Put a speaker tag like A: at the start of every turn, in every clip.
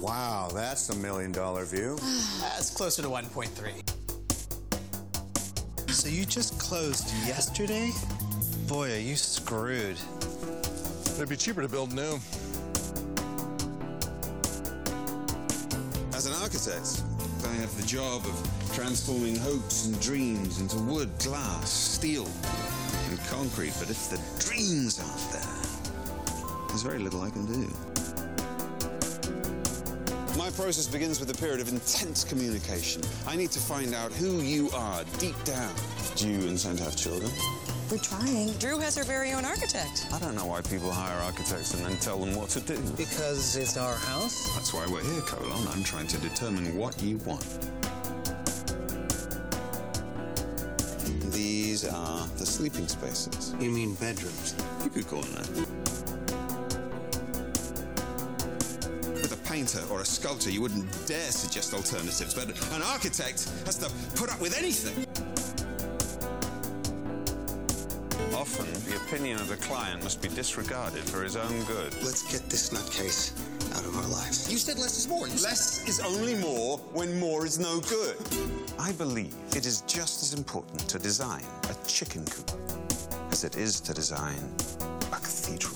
A: Wow, that's the million dollar view.
B: That's closer to 1.3. So you just closed yesterday? Boy, are you screwed.
C: It'd be cheaper to build new.
D: As an architect, I have the job of transforming hopes and dreams into wood, glass, steel, and concrete. But if the dreams aren't there, there's very little I can do. My process begins with a period of intense communication. I need to find out who you are deep down. Do you intend to have children?
E: We're trying.
F: Drew has her very own architect.
D: I don't know why people hire architects and then tell them what to do.
B: Because it's our house?
D: That's why we're here, Colon. I'm trying to determine what you want. These are the sleeping spaces.
B: You mean bedrooms?
D: You could call them that. With a painter or a sculptor, you wouldn't dare suggest alternatives, but an architect has to put up with anything. Often, the opinion of the client must be disregarded for his own good.
G: Let's get this nutcase out of our lives.
D: You said less is more. Less is only more when more is no good. I believe it is just as important to design a chicken coop as it is to design a cathedral.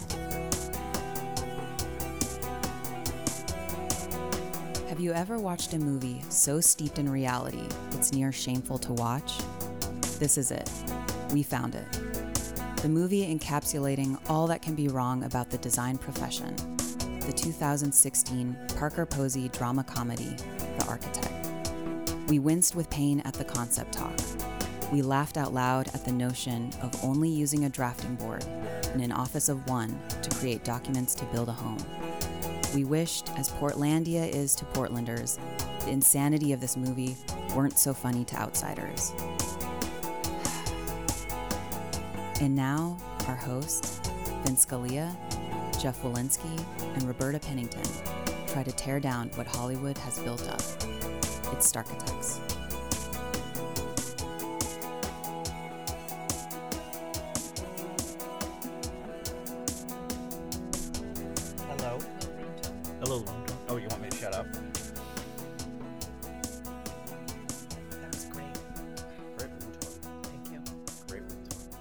H: Have you ever watched a movie so steeped in reality it's near shameful to watch? This is it. We found it. The movie encapsulating all that can be wrong about the design profession. The 2016 Parker Posey drama comedy, The Architect. We winced with pain at the concept talk. We laughed out loud at the notion of only using a drafting board in an office of one to create documents to build a home. We wished, as Portlandia is to Portlanders, the insanity of this movie weren't so funny to outsiders. And now, our hosts, Vince Scalia, Jeff Walensky, and Roberta Pennington, try to tear down what Hollywood has built up. It's Starkitects.
I: Hello. Hello, London. Oh, you want me to shut up? That was great. Great ringtone. Thank you. Great ringtone.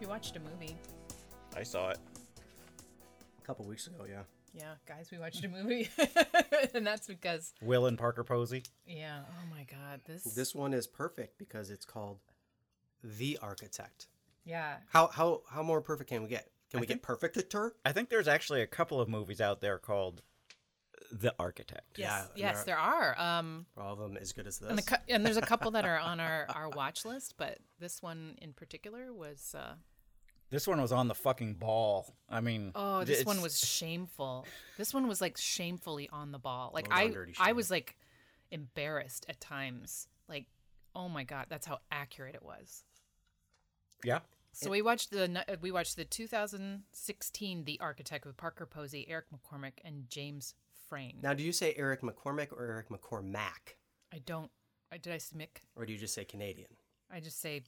J: We watched a movie.
I: I saw it. A couple weeks ago, yeah.
J: Yeah, guys, we watched a movie. and that's because,
I: Will and Parker Posey.
J: yeah, oh my God, this.
K: This one is perfect because it's called The Architect.
J: yeah.
K: How how how more perfect can we get? Can
I: I
K: we
I: think-
K: get perfectator?
I: I think there's actually a couple of movies out there called The Architect.
J: Yes,
K: Yeah,
J: yes, there are. Um,
K: All of them as good as this.
J: and, the, cou- and there's a couple that are on our, our watch list, but this one in particular was, uh,
I: This one was on the fucking ball. I
K: Hmm.
I: mean,
J: oh, this one
I: it's-
J: was shameful. This one was like shamefully on the ball. Like,
K: Low down,
J: I,
K: dirty
J: I
K: shame.
J: was like embarrassed at times. Like, oh my God, that's how accurate it was.
I: Yeah.
J: So we watched the nu- uh, we watched the 2016 The Architect with Parker Posey, Eric McCormick, and James Frayne.
K: Now, do you say Eric McCormick or Eric McCormack,
J: I don't. I, did I submit?
K: or do you just say Canadian?
J: I just say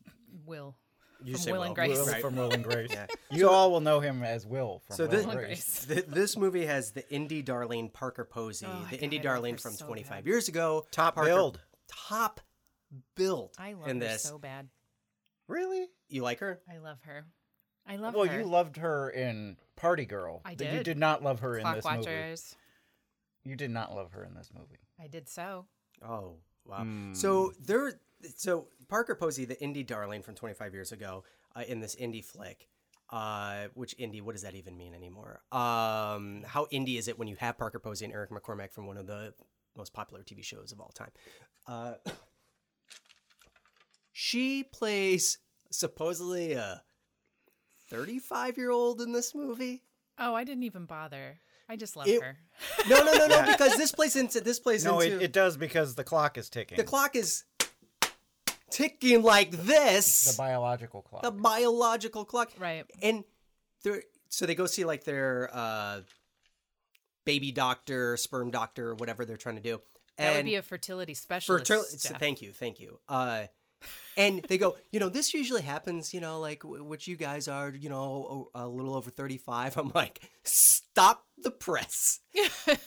J: Will.
K: You
J: From
K: say
J: Will and Grace.
I: Will
K: Right.
I: from Will and Grace. You all will know him as Will from
K: So
I: Will
K: this
I: and Grace.
J: Grace.
K: th- this movie has the indie darling Parker Posey,
J: Oh, I
K: the
J: God, I
K: indie
J: love
K: darling
J: her
K: from
J: so
K: 25
J: bad.
K: years ago.
I: Top billed.
K: Top build.
J: I love
K: in
J: her
K: this.
J: so bad.
K: Really? You like her?
J: I love her. I love
I: well,
J: her.
I: you loved her in Party Girl.
J: I
I: but You
J: did.
I: did not love her in
J: Clock
I: this movie.
J: Watchers.
I: You did not love her in this movie.
J: I did so.
K: Oh wow! So
I: Hmm.
K: there, so Parker Posey, the indie darling from 25 years ago, uh, in this indie flick, uh, which indie? What does that even mean anymore? Um, how indie is it when you have Parker Posey and Eric McCormack from one of the most popular TV shows of all time? Uh, she plays supposedly a 35 year old in this movie.
J: Oh, I didn't even bother. I just love
K: It-
J: her.
K: No, no, no, no, because this plays into this plays
I: No,
K: into
I: it, it does because the clock is ticking.
K: the clock is ticking like this.
I: The biological clock.
K: the biological clock.
J: Right.
K: And they're so they go see like their uh baby doctor, sperm doctor, whatever they're trying to do.
J: That
K: And
J: would be a fertility specialist.
K: fertility.
J: Steph.
K: thank you, thank you. Uh and they go, you know, this usually happens, you know, like w- what you guys are, you know, a, a little over 35. I'm like, stop the press.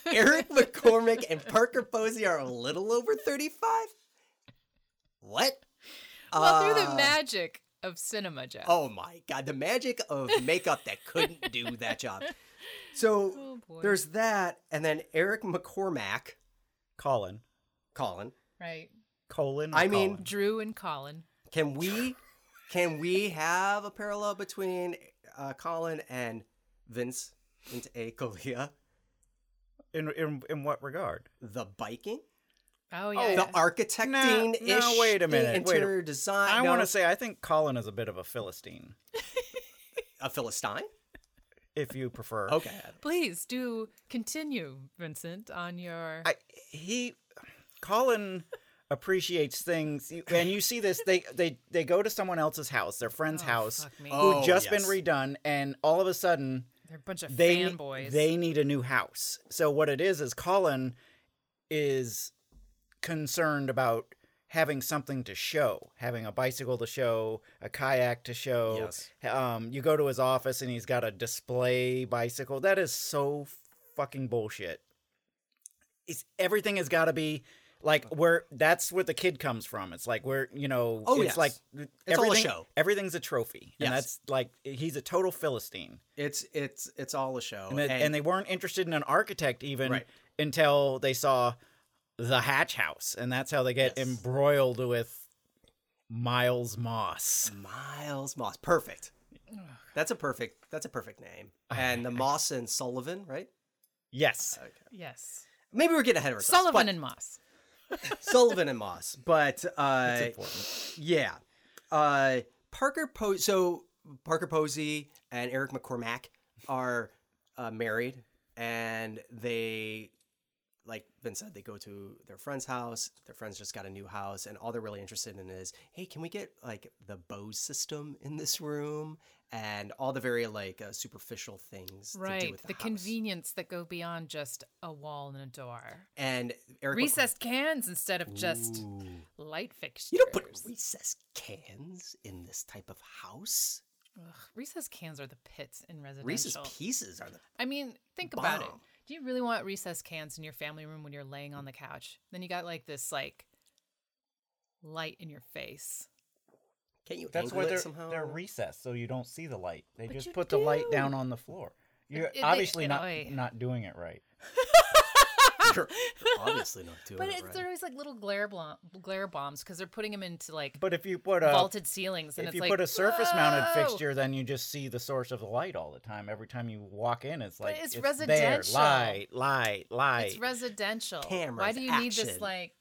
K: Eric McCormick and Parker Posey are a little over 35? What?
J: Well, through the
K: Uh,
J: magic of cinema, Jeff.
K: Oh my God, the magic of makeup that couldn't do that job. So
J: boy.
K: there's that, and then Eric McCormack,
E: Colin.
K: Colin.
J: Right.
E: Colin. or
K: I mean,
E: Colin?
J: Drew and Colin.
K: Can we can we have a parallel between uh, Colin and Vince Vince A. Colia?
E: in in in what regard?
K: The biking,
J: Oh yeah.
E: Oh,
K: the
J: yeah.
K: architecting ish.
E: No, wait a minute. Wait
K: Interior
E: a,
K: design.
E: I
K: no,
E: want to say I think Colin is a bit of a philistine,
K: a Philistine.
E: if you prefer.
K: Okay.
J: Please do continue, Vincent, on your.
E: I, he Colin appreciates things you- and you see this they they they go to someone else's house their friend's house
J: fuck me.
E: who
K: Oh,
E: just been
K: yes.
E: redone and all of a sudden
J: They're a bunch of
E: they ne-
J: fanboys.
E: they need a new house so what it is is Colin is concerned about having something to show having a bicycle to show a kayak to show
K: Yes.
E: um you go to his office and he's got a display bicycle that is so fucking bullshit it's everything has got to be like where that's where the kid comes from. It's like where you know,
K: Oh,
E: it's
K: yes.
E: like
K: It's all a
E: everything-
K: show.
E: Everything's a trophy,
K: Yes.
E: and that's like he's a total philistine.
K: It's it's it's all a show.
E: And, they- and they weren't interested in an architect even
K: Right.
E: until they saw the Hatch House, and that's how they get
K: Yes.
E: embroiled with Miles Moss.
K: Miles Moss. Perfect. That's a perfect. That's a perfect name. And the Moss and Sullivan, right?
E: Yes,
J: Yes.
K: Maybe we're getting ahead of ourselves.
J: Sullivan
K: but-
J: and Moss.
K: Sullivan and Moss, but uh,
E: important.
K: yeah, uh, Parker Posey. So Parker Posey and Eric McCormack are uh, married, and they, like Ben said, they go to their friend's house. Their friends just got a new house, and all they're really interested in is, hey, can we get like the Bose system in this room, and all the very like uh, superficial things, To do
J: Right.
K: with the,
J: The
K: house.
J: convenience that go beyond just a wall and a door.
K: and Eric McCormack-
J: Recessed cans instead of just light fixtures.
K: You don't put recessed cans in this type of house.
J: Ugh, recessed cans are the pits in residential.
K: Reese's Pieces are the
J: I mean, think about it.
K: Bomb.
J: Do you really want recessed cans in your family room when you're laying on the couch? Then you got like this like light in your face.
K: can't you
E: that's
K: angle
E: why
K: it
E: they're
K: somehow?
E: they're recessed, so you don't see the light. They
J: But
E: just
J: you
E: put the light
J: do.
E: down on the floor. You're
J: it- they-
E: obviously
J: it-
E: not
J: oy.
E: not doing it right.
K: You're obviously not doing
J: But
K: it
J: it's
K: right.
J: they're always like little glare blom- glare bombs because they're putting them into like
E: But if you put
K: uh,
E: a
J: vaulted ceilings, and
E: if
J: it's
E: you
J: like
E: put a surface mounted
J: "Whoa!"
E: fixture, then you just see the source of the light all the time. Every time you walk in, it's like
J: it's
E: There,
J: residential.
E: light, light, light.
J: It's residential. Why
K: Cameras,
J: do you need this
K: action.
J: like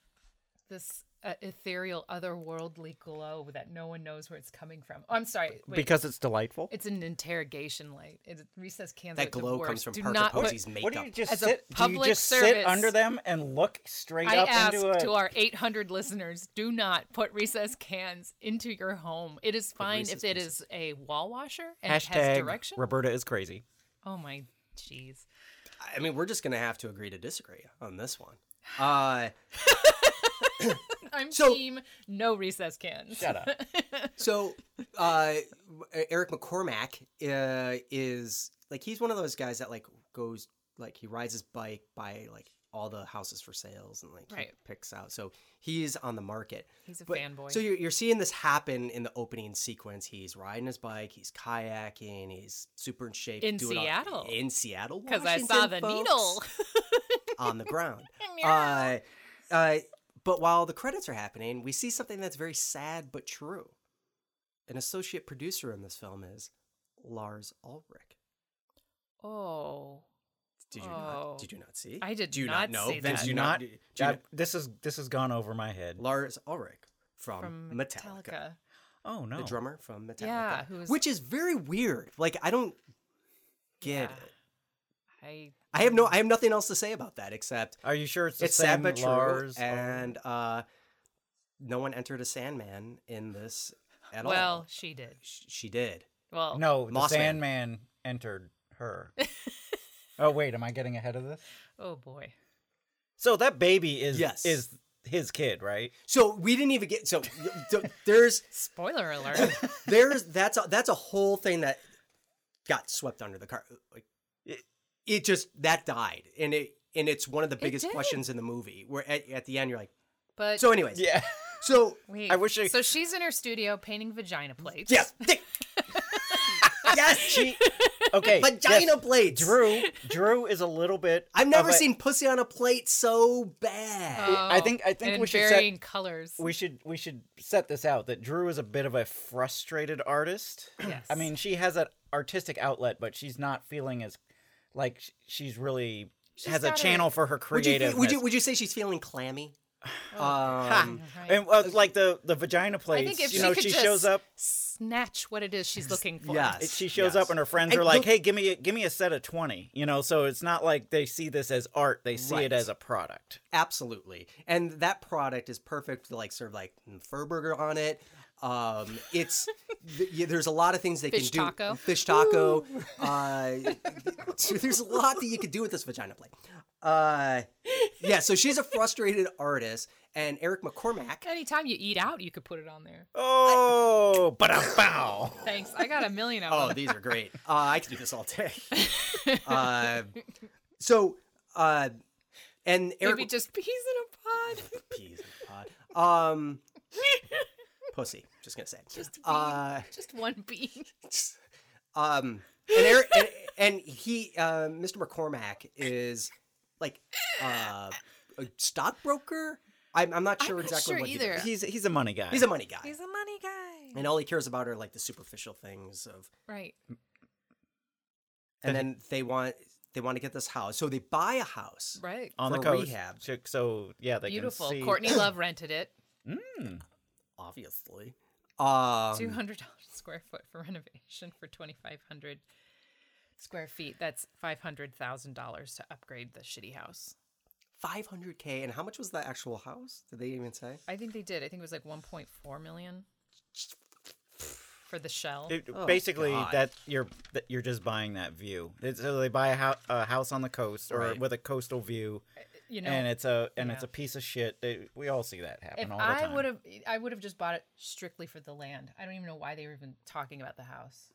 J: this uh, ethereal, otherworldly glow that no one knows where it's coming from? Oh, I'm sorry. Wait.
E: because it's delightful.
J: it's an interrogation light. It's recessed cans.
K: that
J: are
K: glow
J: divorced.
K: comes from
J: do
K: Parker
J: not put-
K: Posey's makeup.
E: what do you just
J: As a
E: sit? Do you
J: public
E: just sit
J: service-
E: under them and look straight
J: I
E: up
J: ask
E: into a?
J: to our 800 listeners: Do not put recessed cans into your home. It is fine if it is a wall washer and it
E: Hashtag
J: has direction.
E: Roberta is crazy.
J: oh my jeez!
K: I mean, we're just gonna have to agree to disagree on this one. Uh,
J: I'm
K: So-
J: team no recessed cans.
E: Shut up.
K: so uh, Eric McCormack uh, is like he's one of those guys that like goes like he rides his bike by like all the houses for sales and like he
J: Right.
K: picks out. So he's on the market.
J: He's a
K: But-
J: fanboy.
K: So you're, you're seeing this happen in the opening sequence. He's riding his bike, he's kayaking, he's super in shape.
J: In
K: doing all-
J: Seattle.
K: in Seattle.
J: Because I saw the
K: Washington, folks,
J: needle.
K: on the ground. uh, uh, but while the credits are happening, we see something that's very sad but true. An associate producer in this film is Lars Ulrich.
J: Oh.
K: Did you
J: Oh.
K: not? Did you not see?
J: I did
K: Do you
J: not
K: not, know?
J: see
K: Vince,
J: that.
K: do you
E: Do
K: not?
E: not.
K: do you
E: that- this is this has gone over my head.
K: not- Lars Ulrich
E: Um,
K: from,
J: From
K: Metallica.
J: Metallica.
E: Oh no.
K: the drummer from Metallica.
J: Yeah, who was-
K: which is very weird. Like I don't get
J: Yeah.
K: it.
J: I
K: I have no I have nothing else to say about that except
E: Are you sure it's the
K: it's
E: same
K: sad but true
E: Lars?
K: and uh no one entered a Sandman in this at
J: well,
K: all.
J: she did.
K: Sh- she did.
J: Well,
E: no, the
K: Mossman.
E: Sandman entered her. oh wait, am I getting ahead of this?
J: Oh boy.
E: So that baby is
K: Yes.
E: is his kid, right?
K: So we didn't even get so, so there's
J: spoiler alert.
K: there's that's a, that's a whole thing that got swept under the car. Like it, it just that died, and it and it's one of the biggest
J: did.
K: questions in the movie. Where at, at the end you're like,
J: But
K: so anyways,
E: yeah.
K: So
J: Wait,
E: I wish I-
J: So she's in her studio painting vagina plates.
K: yes, dick. yes, she,
E: Okay,
K: vagina
E: yes.
K: plates.
E: Drew, Uh, Drew is a little bit.
K: I've never
E: of a-
K: seen pussy on a plate so bad.
J: Uh,
E: I think I think
J: Oh, and
E: we
J: in
E: should set-
J: varying colors.
E: we should we should set this out that Drew is a bit of a frustrated artist.
J: Yes.
E: I mean, she has an artistic outlet, but she's not feeling as like sh- she's really has a
J: got her-
E: channel for her
K: would you,
E: creative.
K: fe- would you would you say she's feeling clammy?
J: Oh.
K: Um,
E: and well, like the the vagina
J: I
E: plates,
J: think if
E: you
J: she
E: know,
J: could
E: she
J: just
E: shows up.
J: snatch what it is she's looking for.
K: yes,
E: it- She shows
K: yes.
E: up and her friends
K: And
E: are like,
K: look-
E: "Hey, give me a, give me a set of 20." You know, so it's not like they see this as art; they see
K: Right.
E: it as a product.
K: Absolutely. And that product is perfect, like serve like fur burger on it. Um, it's th- yeah, there's a lot of things they
J: Fish
K: can do.
J: taco.
K: Fish taco. Uh, so there's a lot that you could do with this vagina plate. Uh, yeah. So she's a frustrated artist, and Eric McCormack.
J: Anytime you eat out, you could put it on there.
E: Oh, but bow.
J: Thanks. I got a million of
K: Oh,
J: them.
K: these are great. Uh, I could do this all day. Uh, so, uh, and Eric
J: Maybe just peas in a pod.
K: peas in a pod. Um, pussy. Just gonna say.
J: Just a bean.
K: uh,
J: just one bean.
K: um, and Eric, and, and he, uh, Mr. McCormack is like uh, a stockbroker. I'm, I'm not
J: I'm
K: sure
J: not
K: exactly
J: sure
K: what he
J: either.
K: does.
E: He's he's a money guy.
K: He's a money guy,
F: He's a money guy.
K: and all he cares about are like the superficial things of.
J: Right.
K: And then they want they want to get this house, so they buy a house.
J: Right.
E: on the
K: for
E: coast.
K: rehab.
E: So- So yeah, they
J: Beautiful.
E: Can see...
J: Courtney Love rented it.
E: Mm.
K: Obviously, um,
J: Two hundred dollars square foot for renovation for twenty five hundred square feet. That's five hundred thousand dollars to upgrade the shitty house.
K: 500k. And how much was the actual house? Did they even say?
J: I think they did. I think it was like one point four million for the shell.
E: It-
K: Oh,
E: basically,
K: God.
E: that you're that you're just buying that view. It's, so they buy a, hou- a house on the coast or
K: Right.
E: with a coastal view,
J: you know,
E: and it's a and it's
J: yeah.
E: a piece of shit. They, we all see that happen
J: if
E: all the
J: I
E: time.
J: would have, I would have just bought it strictly for the land. I don't even know why they were even talking about the house.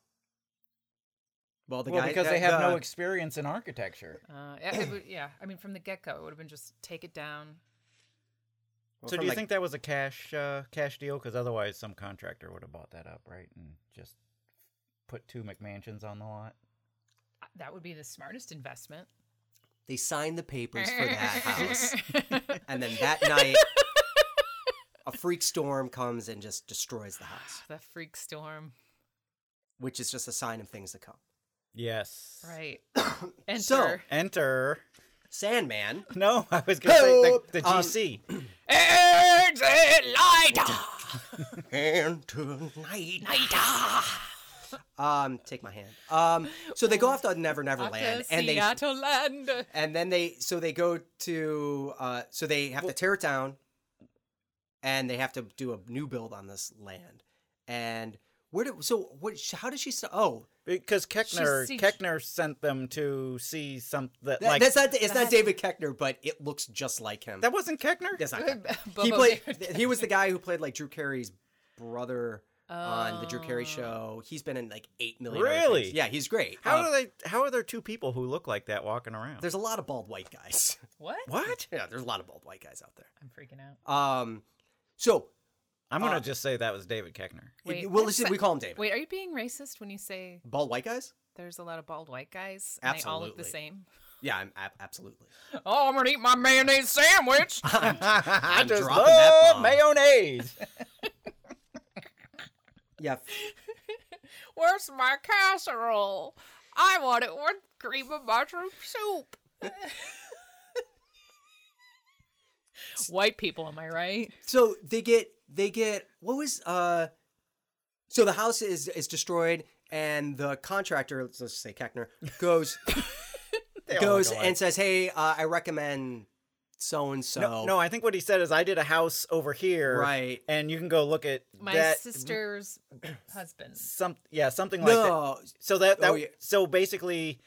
K: Well, the
E: well,
K: guy
E: because
K: the-
E: they have no
K: the-
E: experience in architecture.
J: Uh, yeah, it would, yeah, I mean, from the get go, it would have been just take it down.
K: well,
E: so
K: from,
E: do you
K: like,
E: think that was a cash uh, cash deal? Because otherwise, some contractor would have bought that up, right, and just put two McMansions on the lot.
J: Uh, That would be the smartest investment.
K: they signed the papers for that house. And then that night, a freak storm comes and just destroys the house,
J: the freak storm,
K: which is just a sign of things to come.
E: Yes.
J: right? Enter.
K: So-
E: Enter.
K: Sandman.
E: No, I was gonna say
K: Help!
E: the, the
K: Um,
E: GC.
J: Exit light.
K: And tonight. Um, take my hand. Um, so they go off to Never Never Land, and they
J: Seattle land.
K: and then they so they go to uh, so they have to tear it down, and they have to do a new build on this land. And where do so what? How does she? st- Oh,
E: Because Keckner
J: see-
E: Keckner sent them to see some that
K: That-
E: like
K: that's not it's not David Keckner, but it looks just like him.
E: that wasn't Keckner.
K: that's not Keckner.
J: Bobo
K: he played.
J: David
K: He was the guy who played like Drew Carey's brother on the Drew
J: Oh.
K: Carey show. He's been in like eight million. other
E: Really?
K: things. Yeah, he's great.
E: How
K: Um,
E: are they? How are there two people who look like that walking around?
K: There's a lot of bald white guys.
J: What?
E: what?
K: yeah, there's a lot of bald white guys out there.
J: I'm freaking out.
K: Um, so
E: I'm gonna
K: Uh,
E: just say that was David Keckner.
J: Wait,
K: well,
J: what's
K: listen, we
J: that-
K: call him David.
J: Wait, are you being racist when you say
K: Bald white guys?
J: there's a lot of bald white guys and they all look the
K: Absolutely.
J: same?
K: Yeah, I'm ab- absolutely.
J: Oh, I'm gonna eat my mayonnaise sandwich.
E: I just
K: dropping that
E: love
K: bomb.
E: mayonnaise.
K: Yeah,
J: Where's my casserole? I want it with cream of mushroom soup. White people, am I right?
K: so they get they get what was uh so the house is is destroyed and the contractor let's just say Keckner goes goes and says hey uh, I recommend so and so
E: No, no, I think what he said is I did a house over here,
K: Right.
E: And you can go look at
J: My
E: that,
J: sister's husband.
E: Some yeah, something like that.
K: no
E: So that, that
K: Oh, yeah.
E: so basically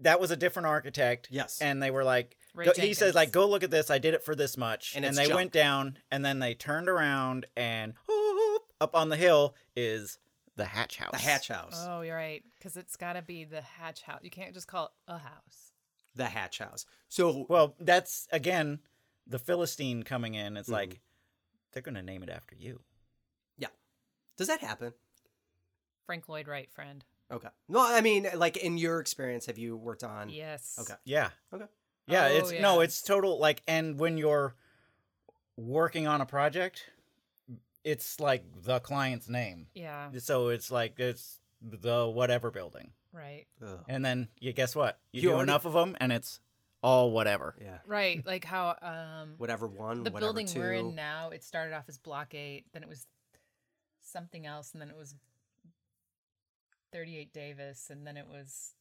E: that was a different architect.
K: Yes.
E: And they were like,
J: Ray
E: go, he says
J: Jenkins.
E: like, "Go look at this. I did it for this much."
K: And
E: And,
K: it's
E: they
K: junk.
E: went down, and then they turned around, and whoop, up on the hill is the Hatch House.
K: The Hatch House.
J: Oh, you're right. Because it's got to be the hatch house. You can't just call it a house.
K: the Hatch House. So
E: well, that's again the Philistine coming in.
K: Mm-hmm.
E: It's like they're gonna name it after you.
K: Yeah. Does that happen?
J: Frank Lloyd Wright, friend.
K: Okay. No, I mean, like in your experience, have you worked on?
J: Yes.
K: Okay.
E: Yeah.
K: Okay.
E: Yeah,
J: Oh,
E: it's no,
J: yeah.
E: it's total like and when you're working on a project, it's like the client's name.
J: Yeah.
E: So it's like it's the whatever building.
J: Right.
E: And then you guess what? You,
K: You
E: do
K: already-
E: enough of them and it's all whatever.
K: Yeah.
J: Right. Like how um
K: Whatever one,
J: the
K: whatever
J: building we we're
K: two.
J: in now, it started off as Block 8, then it was something else, and then it was 38 Davis, and then it was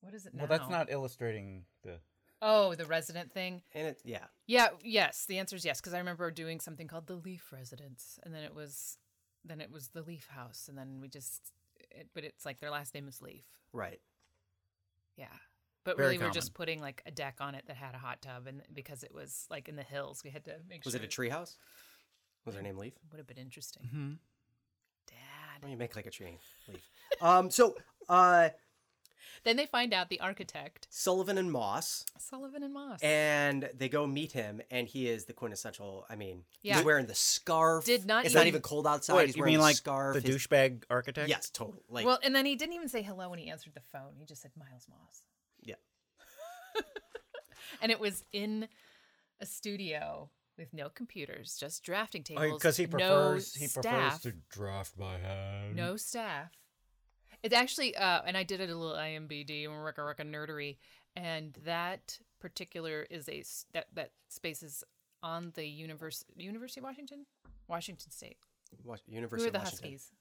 J: what is it now?
E: Well, that's not illustrating the
J: Oh, the resident thing.
K: And it, yeah.
J: Yeah, yes. The answer is yes, because I remember doing something called the Leaf Residence, and then it was, then it was the Leaf House, and then we just, it, but it's like their last name is Leaf.
K: Right.
J: Yeah, but
E: Very
J: really we're
E: common.
J: just putting like a deck on it that had a hot tub, and because it was like in the hills, we had to make
K: Was
J: sure.
K: it a tree house? Was her name Leaf?
J: Would have been interesting.
E: Mm-hmm.
K: Why don't you make like a tree name? Leaf? um. So, uh,
J: Then they find out the architect
K: Sullivan and Moss,
J: Sullivan and Moss.
K: and they go meet him, and he is the quintessential. I mean,
J: Yeah.
K: he's wearing the scarf.
J: Did not
K: It's
J: even-
K: not even cold outside.
E: Wait,
K: he's
E: you
K: wearing
E: mean
K: the
E: like
K: scarf.
E: the
K: his-
E: douchebag architect?
K: Yes, totally. Like,
J: well, and then he didn't even say hello when he answered the phone. He just said Miles Moss.
K: yeah.
J: and it was in a studio with no computers, just drafting tables.
E: Because Oh, he
J: no
E: prefers he prefers
J: staff,
E: to draft by hand.
J: no staff. It's actually, uh, and I did it a little IMBD and Rucka Rucka Nerdery, and that particular is a s- that that space is on the universe University of Washington, Washington State.
K: Wash-
J: Who
K: University
J: are the
K: of Washington.
J: Huskies?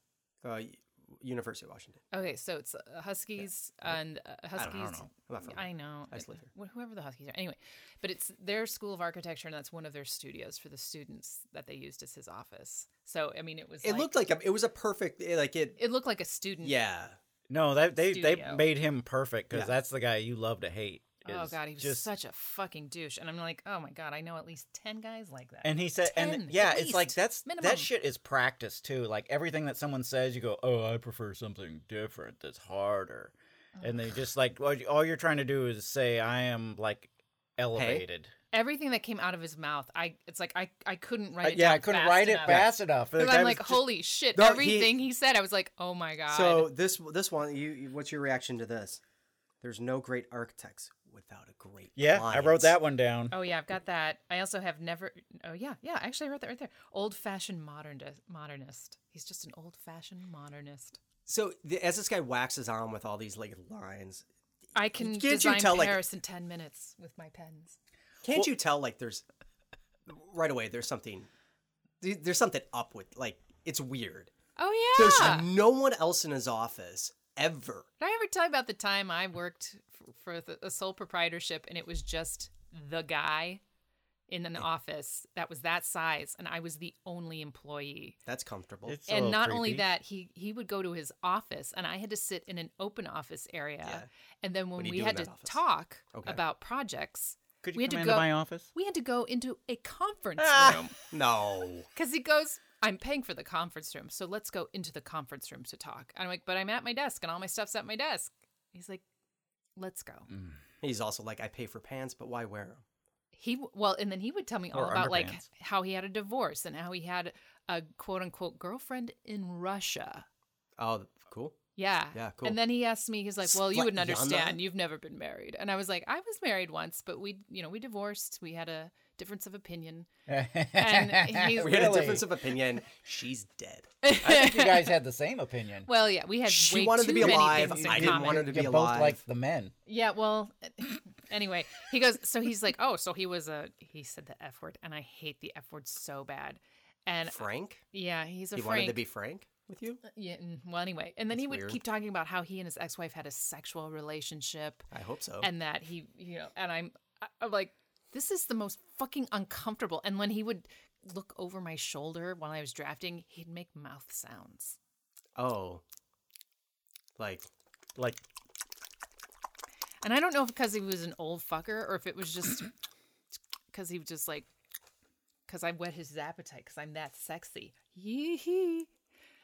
K: Huskies? Uh, University of Washington.
J: Okay, so it's uh, Huskies and uh,
K: I don't- I
J: Huskies.
K: don't know. I'm not familiar.
J: I know.
K: I just
J: it-
K: live here.
J: wh- Whoever the Huskies are. Anyway, but it's their school of architecture, and that's one of their studios for the students that they used as his office. So, I mean, it was.
K: It looked like a, it was a perfect eh, like it.
J: It looked like a student.
K: Yeah.
E: No, that they
J: Studio.
E: they made him perfect because
K: Yeah.
E: that's the guy you love to hate.
J: Oh
E: is
J: god, he was
E: just
J: such a fucking douche, and I'm like, oh my god, I know at least ten guys like that.
E: And he said, and
J: 10,
E: yeah,
J: at
E: it's like
J: least,
E: that's
J: minimum.
E: that shit is practice too. Like everything that someone says, you go, oh, I prefer something different that's harder. And they just like all you- all you're trying to do is say, I am like elevated.
J: Everything that came out of his mouth, I it's like I I couldn't write
E: Uh,
J: it.
E: yeah,
J: down
E: I couldn't
J: fast
E: write it
J: enough.
E: fast enough.
J: Because
E: Like, I
J: I'm
E: was
J: like,
E: just-
J: holy shit!
K: No, he-
J: everything he... said, I was like, oh my god.
K: So this this one, you you- what's your reaction to this? There's no great architects without a great.
E: yeah, I wrote
K: clients.
E: that one down.
J: Oh yeah, I've got that. I also have never. Oh yeah, yeah. Actually, I wrote that right there. Old-fashioned modernist. Modernist. He's just an old-fashioned modernist.
K: So the, as this guy waxes on with all these like lines,
J: I can
K: Can't you
J: design
K: tell, like-
J: Paris in ten minutes with my pens.
K: can't you tell like there's right away there's something there- there's something up with like it's weird.
J: Oh yeah.
K: There's no one else in his office ever.
J: Did I ever tell you about the time I worked f- for the, a sole proprietorship and it was just the guy in
E: Eh.
J: an office that was that size and I was the only employee?
K: That's comfortable.
E: Oh, It's a
J: and
E: little
J: not only
E: creepy.
J: that, he he would go to his office and I had to sit in an open office area.
K: Yeah.
J: And then
K: What
J: when
K: do you
J: we
K: do in
J: had
K: that
J: to
K: office?
J: talk
K: Okay.
J: about projects,
E: Could you
J: we had
E: come
J: to
E: into
J: go
E: my office? Ah!
J: We had to go into a conference room
K: no.
J: because he goes, I'm paying for the conference room, so let's go into the conference room to talk. And I'm like, but I'm at my desk and all my stuff's at my desk. He's like, let's go.
K: Mm. He's also like I pay for pants, but why wear them?
J: He w- well, and then he would tell me all
E: Or
J: about like
E: underpants.
J: how he had a divorce and how he had a quote unquote girlfriend in Russia.
K: Oh, cool.
J: Yeah.
K: Yeah, cool.
J: And then he asked me, he's like, "Well, you wouldn't
K: Svetlana?
J: understand. You've never been married." And I was like, "I was married once, but we, you know, we divorced. We had a difference of opinion." And he's
K: We
J: really?
K: had a difference of opinion. She's dead.
E: I think you guys had the same opinion.
J: Well, yeah, we had.
K: She
J: way
K: wanted to
J: too
K: be
J: many
K: alive.
J: things in
K: I didn't
J: common.
K: want her to be
E: you
K: alive.
E: both like the men.
J: Yeah, well, anyway, he goes, so he's like, oh, so he was a, he said the F word, and I hate the F word so bad. And
K: Frank.
J: yeah, he's a
K: He
J: Frank.
K: wanted to be Frank with you.
J: yeah, mm, well, anyway. And then he would
K: weird.
J: keep talking about how he and his ex wife had a sexual relationship
K: I hope so.
J: and that he, you know, and I'm, I- I'm like, this is the most fucking uncomfortable. And when he would look over my shoulder while I was drafting, he'd make mouth sounds.
K: oh, like
E: Like
J: And I don't know if because he was an old fucker or if it was just because he was just like, because I whet his appetite because I'm that sexy. Yee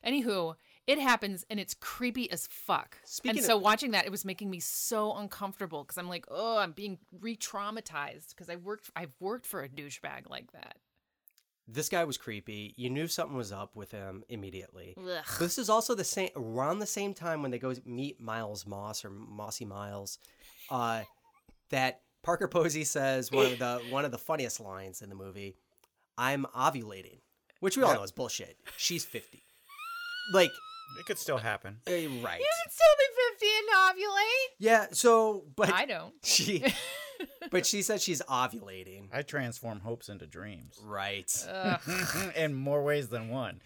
J: Anywho, it happens and it's creepy as fuck.
K: Speaking
J: and so
K: of-
J: watching that, it was making me so uncomfortable because I'm like, oh, I'm being re-traumatized because I worked, I've worked for a douchebag like that.
K: This guy was creepy. You knew something was up with him immediately.
J: Ugh.
K: This is also the same around the same time when they go meet Miles Moss or Mossy Miles, uh, that Parker Posey says one of the one of the funniest lines in the movie. I'm ovulating, which we all know is bullshit. She's fifty. Like eh,
E: it could still happen,
K: right?
J: can still be fifty and ovulate.
K: Yeah. So, but
J: I don't.
K: She, but she said she's ovulating.
E: I transform hopes into dreams.
K: Right.
E: In more ways than one.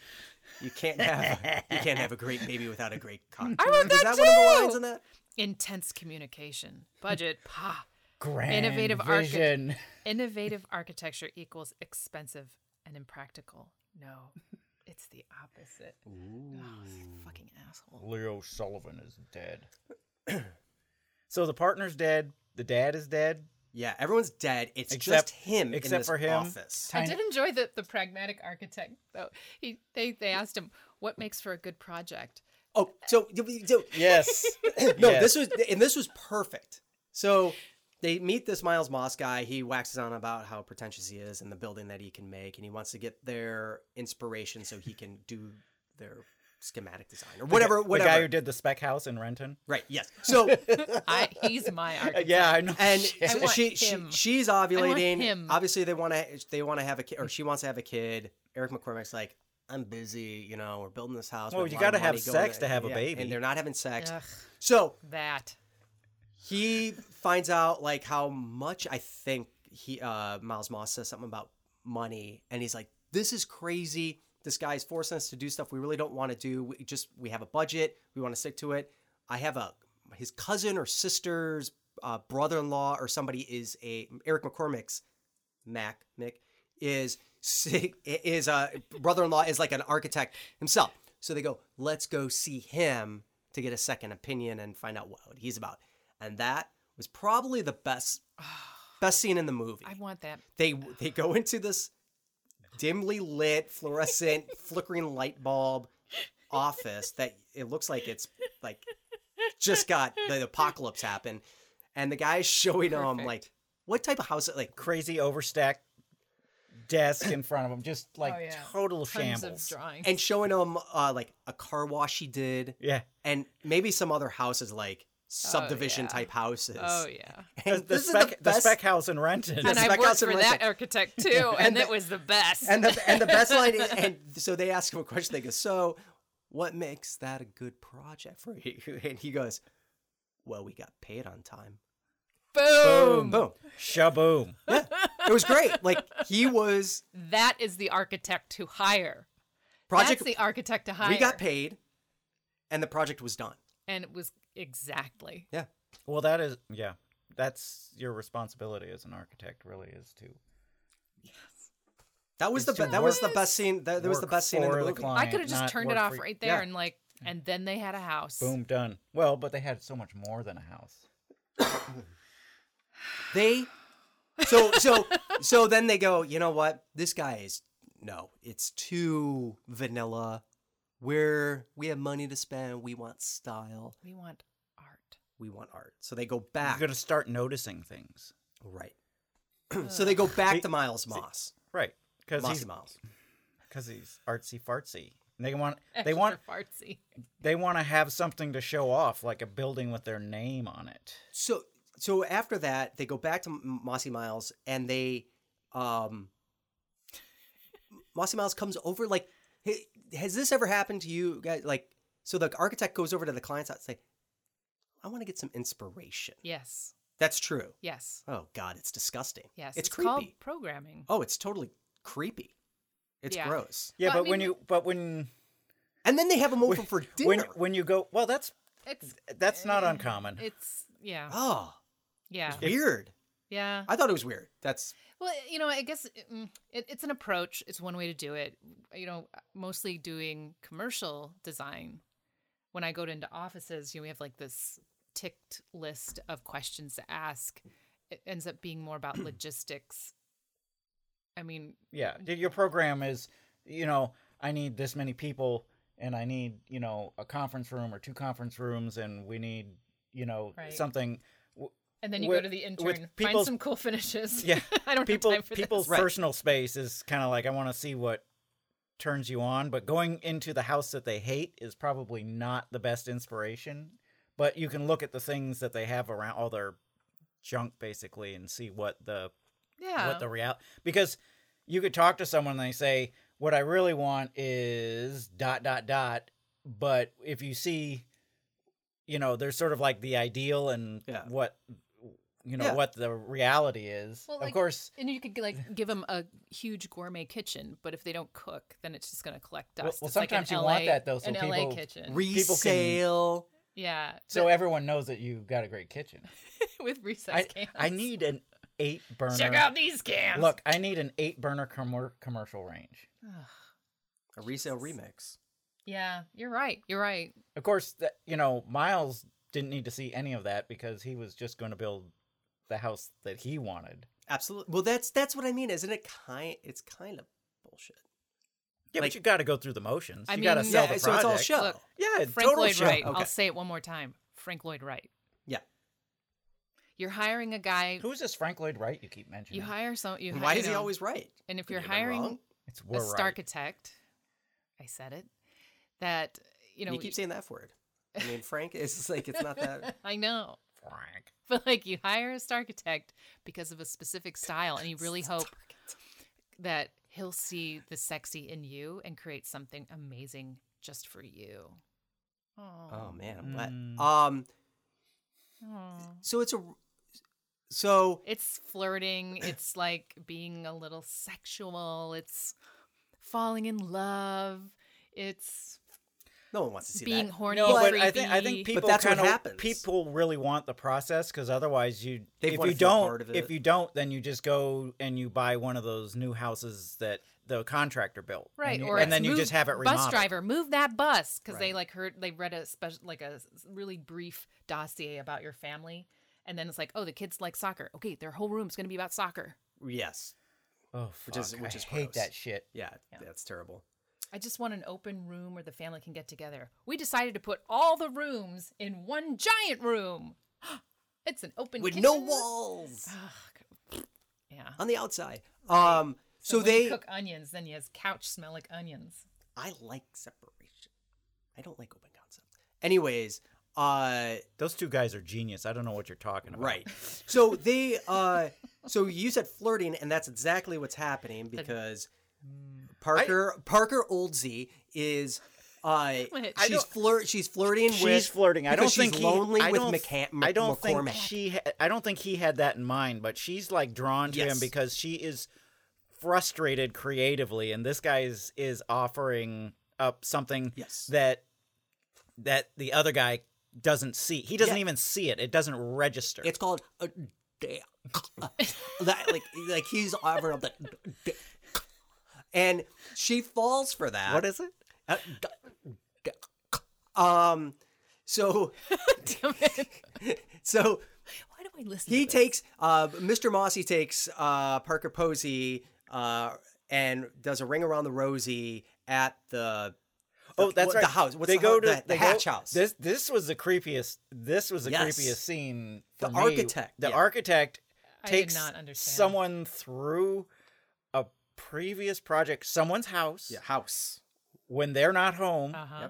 K: You can't have you can't have a great baby without a great cock.
J: I wrote
K: Was
J: that,
K: that one of
J: too!
K: the lines in that?
J: Intense communication, budget, pa.
E: Grand
J: innovative archi-
E: vision.
J: innovative architecture equals expensive and impractical. No, it's the opposite. Oh, fucking asshole.
E: Leo Sullivan is dead. so the partner's dead. The dad is dead.
K: Yeah, everyone's dead. It's
E: Except-
K: just him in
E: except
K: this
E: for him.
K: office.
J: I did enjoy the, the pragmatic architect though. He they, they asked him what makes for a good project.
K: Oh, so, so
E: Yes.
K: no, this was and this was perfect. So they meet this Miles Moss guy. He waxes on about how pretentious he is and the building that he can make, and he wants to get their inspiration so he can do their schematic design or whatever.
E: The,
K: whatever.
E: The guy who did the spec house in Renton.
K: right? Yes. So
J: I he's my architect.
E: Uh, Yeah, I know.
K: and
E: Shit.
K: so
J: want
K: she, she
J: him.
K: she's ovulating.
J: him.
K: Obviously, they want to they want to have a kid, or she wants to have a kid. Eric McCormick's like, I'm busy. You know, we're building this house. we
E: Well,
K: have a
E: you
K: lot of
E: gotta have
K: money going
E: sex to have a baby.
K: and they're not having sex.
J: Ugh.
K: So
J: That.
K: he finds out like how much I think he uh Miles Moss says something about money, and he's like, "This is crazy. This guy's forcing us to do stuff we really don't want to do. We just we have a budget. We want to stick to it. I have a his cousin or sister's uh, brother-in-law or somebody is a Eric McCormick's Mac Mick is sick is uh brother-in-law is like an architect himself. So they go, let's go see him to get a second opinion and find out what he's about. And that was probably the best best scene in the movie.
J: I want that.
K: They they go into this dimly lit fluorescent flickering light bulb office that it looks like it's like just got the apocalypse happened and the guy's showing them
J: Perfect.
K: like what type of house like
E: crazy overstacked desk in front of him, just like
J: Oh, yeah.
E: total
J: Tons
E: shambles.
J: of drawings.
K: and showing him uh, like a car wash he did
E: yeah,
K: and maybe some other houses like subdivision
J: yeah.
K: type houses
J: oh yeah.
K: And
E: the, the
K: this is
E: spec, the,
K: best-
E: spec house in Renton.
J: And I
K: spec
J: worked
K: house in
J: for
K: Renton.
J: that architect too, and,
K: And
J: it
K: the-
J: was the best.
K: and the and the best line is, and so they ask him a question they go so what makes that a good project for you and he goes well we got paid on time
J: boom.
K: boom
E: Shaboom.
K: yeah it was great like he was
J: That is the architect to hire.
K: project
J: That's the architect to hire.
K: we got paid and the project was done
J: and it was exactly.
K: yeah
E: Well, that is yeah. That's your responsibility as an architect, really, is to
K: that was
E: It's
K: the
E: to
K: be- that was the
E: work-
K: best scene that, that was the
E: work
K: best scene in
E: for
K: the
E: the
K: movie
E: client.
J: I could have just
E: not
J: turned it
E: work
J: off
E: for-
J: right
K: yeah.
J: there and like, and then they had a house.
E: boom done. Well, but they had so much more than a house.
K: they so so so then they go you know what this guy is no it's too vanilla we're we have money to spend we want style
J: We want art.
K: we want art so they go
E: You're
K: back
E: gonna start noticing things,
K: right so they go back to miles moss
E: right? Because
K: mossy
E: he's
K: miles
E: because he's artsy fartsy. And They want they
J: Extra
E: want
J: fartsy.
E: they want to have something to show off, like a building with their name on it.
K: so so after that they go back to M- mossy miles and they um mossy miles comes over like hey, has this ever happened to you guys like so the architect goes over to the client's house and say i want to get some inspiration
J: Yes.
K: that's true
J: Yes.
K: oh god it's disgusting
J: Yes.
K: it's, creepy
J: called programming.
K: oh it's totally creepy it's
J: Yeah.
K: gross
E: Yeah,
J: Well, I
E: but when
J: mean-
E: you but when
K: and then they have them over for dinner
E: when when you go well, that's
J: It's
E: that's
J: Eh.
E: not uncommon.
J: it's yeah.
K: oh
J: Yeah.
K: weird
J: Yeah.
K: i thought it was weird that's
J: Well, you know, I guess mm, it, it's an approach. It's one way to do it. You know, mostly doing commercial design. When I go into offices, you know, we have like this ticked list of questions to ask. It ends up being more about logistics I mean,
E: Yeah, y- your program is, you know, I need this many people, and I need, you know, a conference room or two conference rooms, and we need, you know,
J: Right.
E: something. w-
J: and then you
E: wi-
J: go to the
E: with
J: intern, find
E: people's-
J: some cool finishes.
E: Yeah,
J: I don't
E: people,
J: have time for
E: people's
J: this. Right.
E: personal space is kind of like I want to see what turns you on, but going into the house that they hate is probably not the best inspiration. But you can look at the things that they have around all their junk basically and see what the
J: Yeah.
E: what the real because you could talk to someone and they say what I really want is dot dot dot, but if you see you know there's sort of like the ideal and what you know
J: Yeah.
E: what the reality is
J: Well,
E: of
J: like-
E: course
J: and you could like give them a huge gourmet kitchen, but if they don't cook, then it's just going to collect
E: Well-
J: dust.
E: well,
J: It's like an
E: sometimes you
J: LA,
E: want that, though, so
J: an LA
E: people-
J: kitchen
E: people can- Resale.
J: Yeah,
E: so everyone knows that you've got a great kitchen
J: with recess
E: I,
J: cans.
E: I need an eight burner
J: Check out these cans.
E: look i need an eight burner commer commercial range
J: Ugh.
K: A resale remix.
J: yeah, you're right. You're right.
E: Of course, that you know, Miles didn't need to see any of that because he was just going to build the house that he wanted.
K: Absolutely. Well, that's that's what I mean. Isn't it kind? It's kind of bullshit.
E: Yeah,
K: Like-
E: but you got to go through the motions.
J: I
E: you
J: mean,
E: got to sell the
K: so it's all
E: project.
K: show.
J: Look,
E: yeah,
J: Frank
E: total
J: Lloyd
E: show.
J: Wright.
E: Okay.
J: I'll say it one more time. Frank Lloyd Wright.
K: Yeah.
J: You're hiring a guy.
E: Who's this Frank Lloyd Wright you keep
J: You
E: mentioning?
J: hire some. You
K: Why
J: hire
K: is he
J: him.
K: always right?
J: And if
K: Could
J: you're
K: he have been
J: hiring
K: wrong?
E: It's
J: a
E: we're
J: star
E: right.
J: architect, I said it. That you know
K: you keep saying that word. I mean, Frank. It's just like it's not that.
J: I know,
E: Frank.
J: but like you hire a star architect because of a specific style, and you really hope that he'll see the sexy in you and create something amazing just for you.
K: Oh
J: Oh,
K: man, I'm glad.
E: Mm.
K: Um,
J: Aw.
K: so it's a. So
J: It's flirting. It's like being a little sexual. It's falling in love. It's
K: no one wants to see
J: being
K: that.
J: horny.
E: No, but I
J: creepy.
E: think I think people
K: that's what
E: kind
K: happens.
E: of people really want the process because otherwise you
K: They
E: if
K: wanna
E: you
K: feel
E: don't
K: part of it.
E: if you don't then you just go and you buy one of those new houses that the contractor built And
J: Right,
E: you-
J: or
E: and
J: it's
E: then you
J: move-
E: just have it remodeled.
J: Bus driver, move that bus because they
K: Right.
J: like heard they read a special like a s- really brief dossier about your family, and then it's like, oh, the kids like soccer. Okay, their whole room's gonna be about soccer.
K: Yes.
E: Oh,
K: Which is-
E: fuck,
K: which
E: I
K: is
E: hate
K: gross.
E: that shit.
K: Yeah, that's terrible.
J: I just want an open room where the family can get together. We decided to put all the rooms in one giant room. it's an open
K: With
J: kitchen.
K: no walls
J: Ah. Ugh, yeah.
K: on the outside. Um. So,
J: when
K: they.
J: you cook onions, then you has couch smell like onions.
K: I like separation. I don't like open concept. Anyways, uh,
E: Those two guys are genius. I don't know what you're talking about.
K: right. So they, uh, so you said flirting, and that's exactly what's happening because
E: mm.
K: Parker Parker Oldsey is. Uh,
J: What?
K: she's flirt. She's flirting. with,
E: She's flirting. I don't
K: because
E: think
K: she's
E: he-
K: lonely
E: I
K: with
E: don't,
K: McCa- Mc-
E: I don't think
K: McCormack.
E: she. Ha- I don't think he had that in mind. But she's like drawn to
K: Yes.
E: him because she is frustrated creatively, and this guy is is offering up something
K: Yes.
E: that that the other guy doesn't see. He doesn't
K: Yeah.
E: even see it. It doesn't register.
K: It's called a dick. that, like like he's offering up that dick. and she falls for that.
E: what is it?
K: Uh, d- d- Um, so
J: Damn it.
K: so
J: Why do I listen?
K: he
J: to this?
K: takes uh, Mr. Mossy takes uh, Parker Posey uh, and does a ring around the rosy at the
E: Oh, that's
K: what-
E: right.
K: the house. What's
E: they
K: the
E: go
K: hou-
E: to
K: the- the
E: they
K: Hatch
E: go,
K: House.
E: This this was the creepiest. This was the
K: Yes.
E: creepiest scene.
K: The
E: for me.
K: architect,
E: The
K: yeah.
E: architect
J: I did
E: takes
J: not understand.
E: someone through a previous project, someone's house,
K: yeah, house.
E: when they're not home,
J: Uh-huh.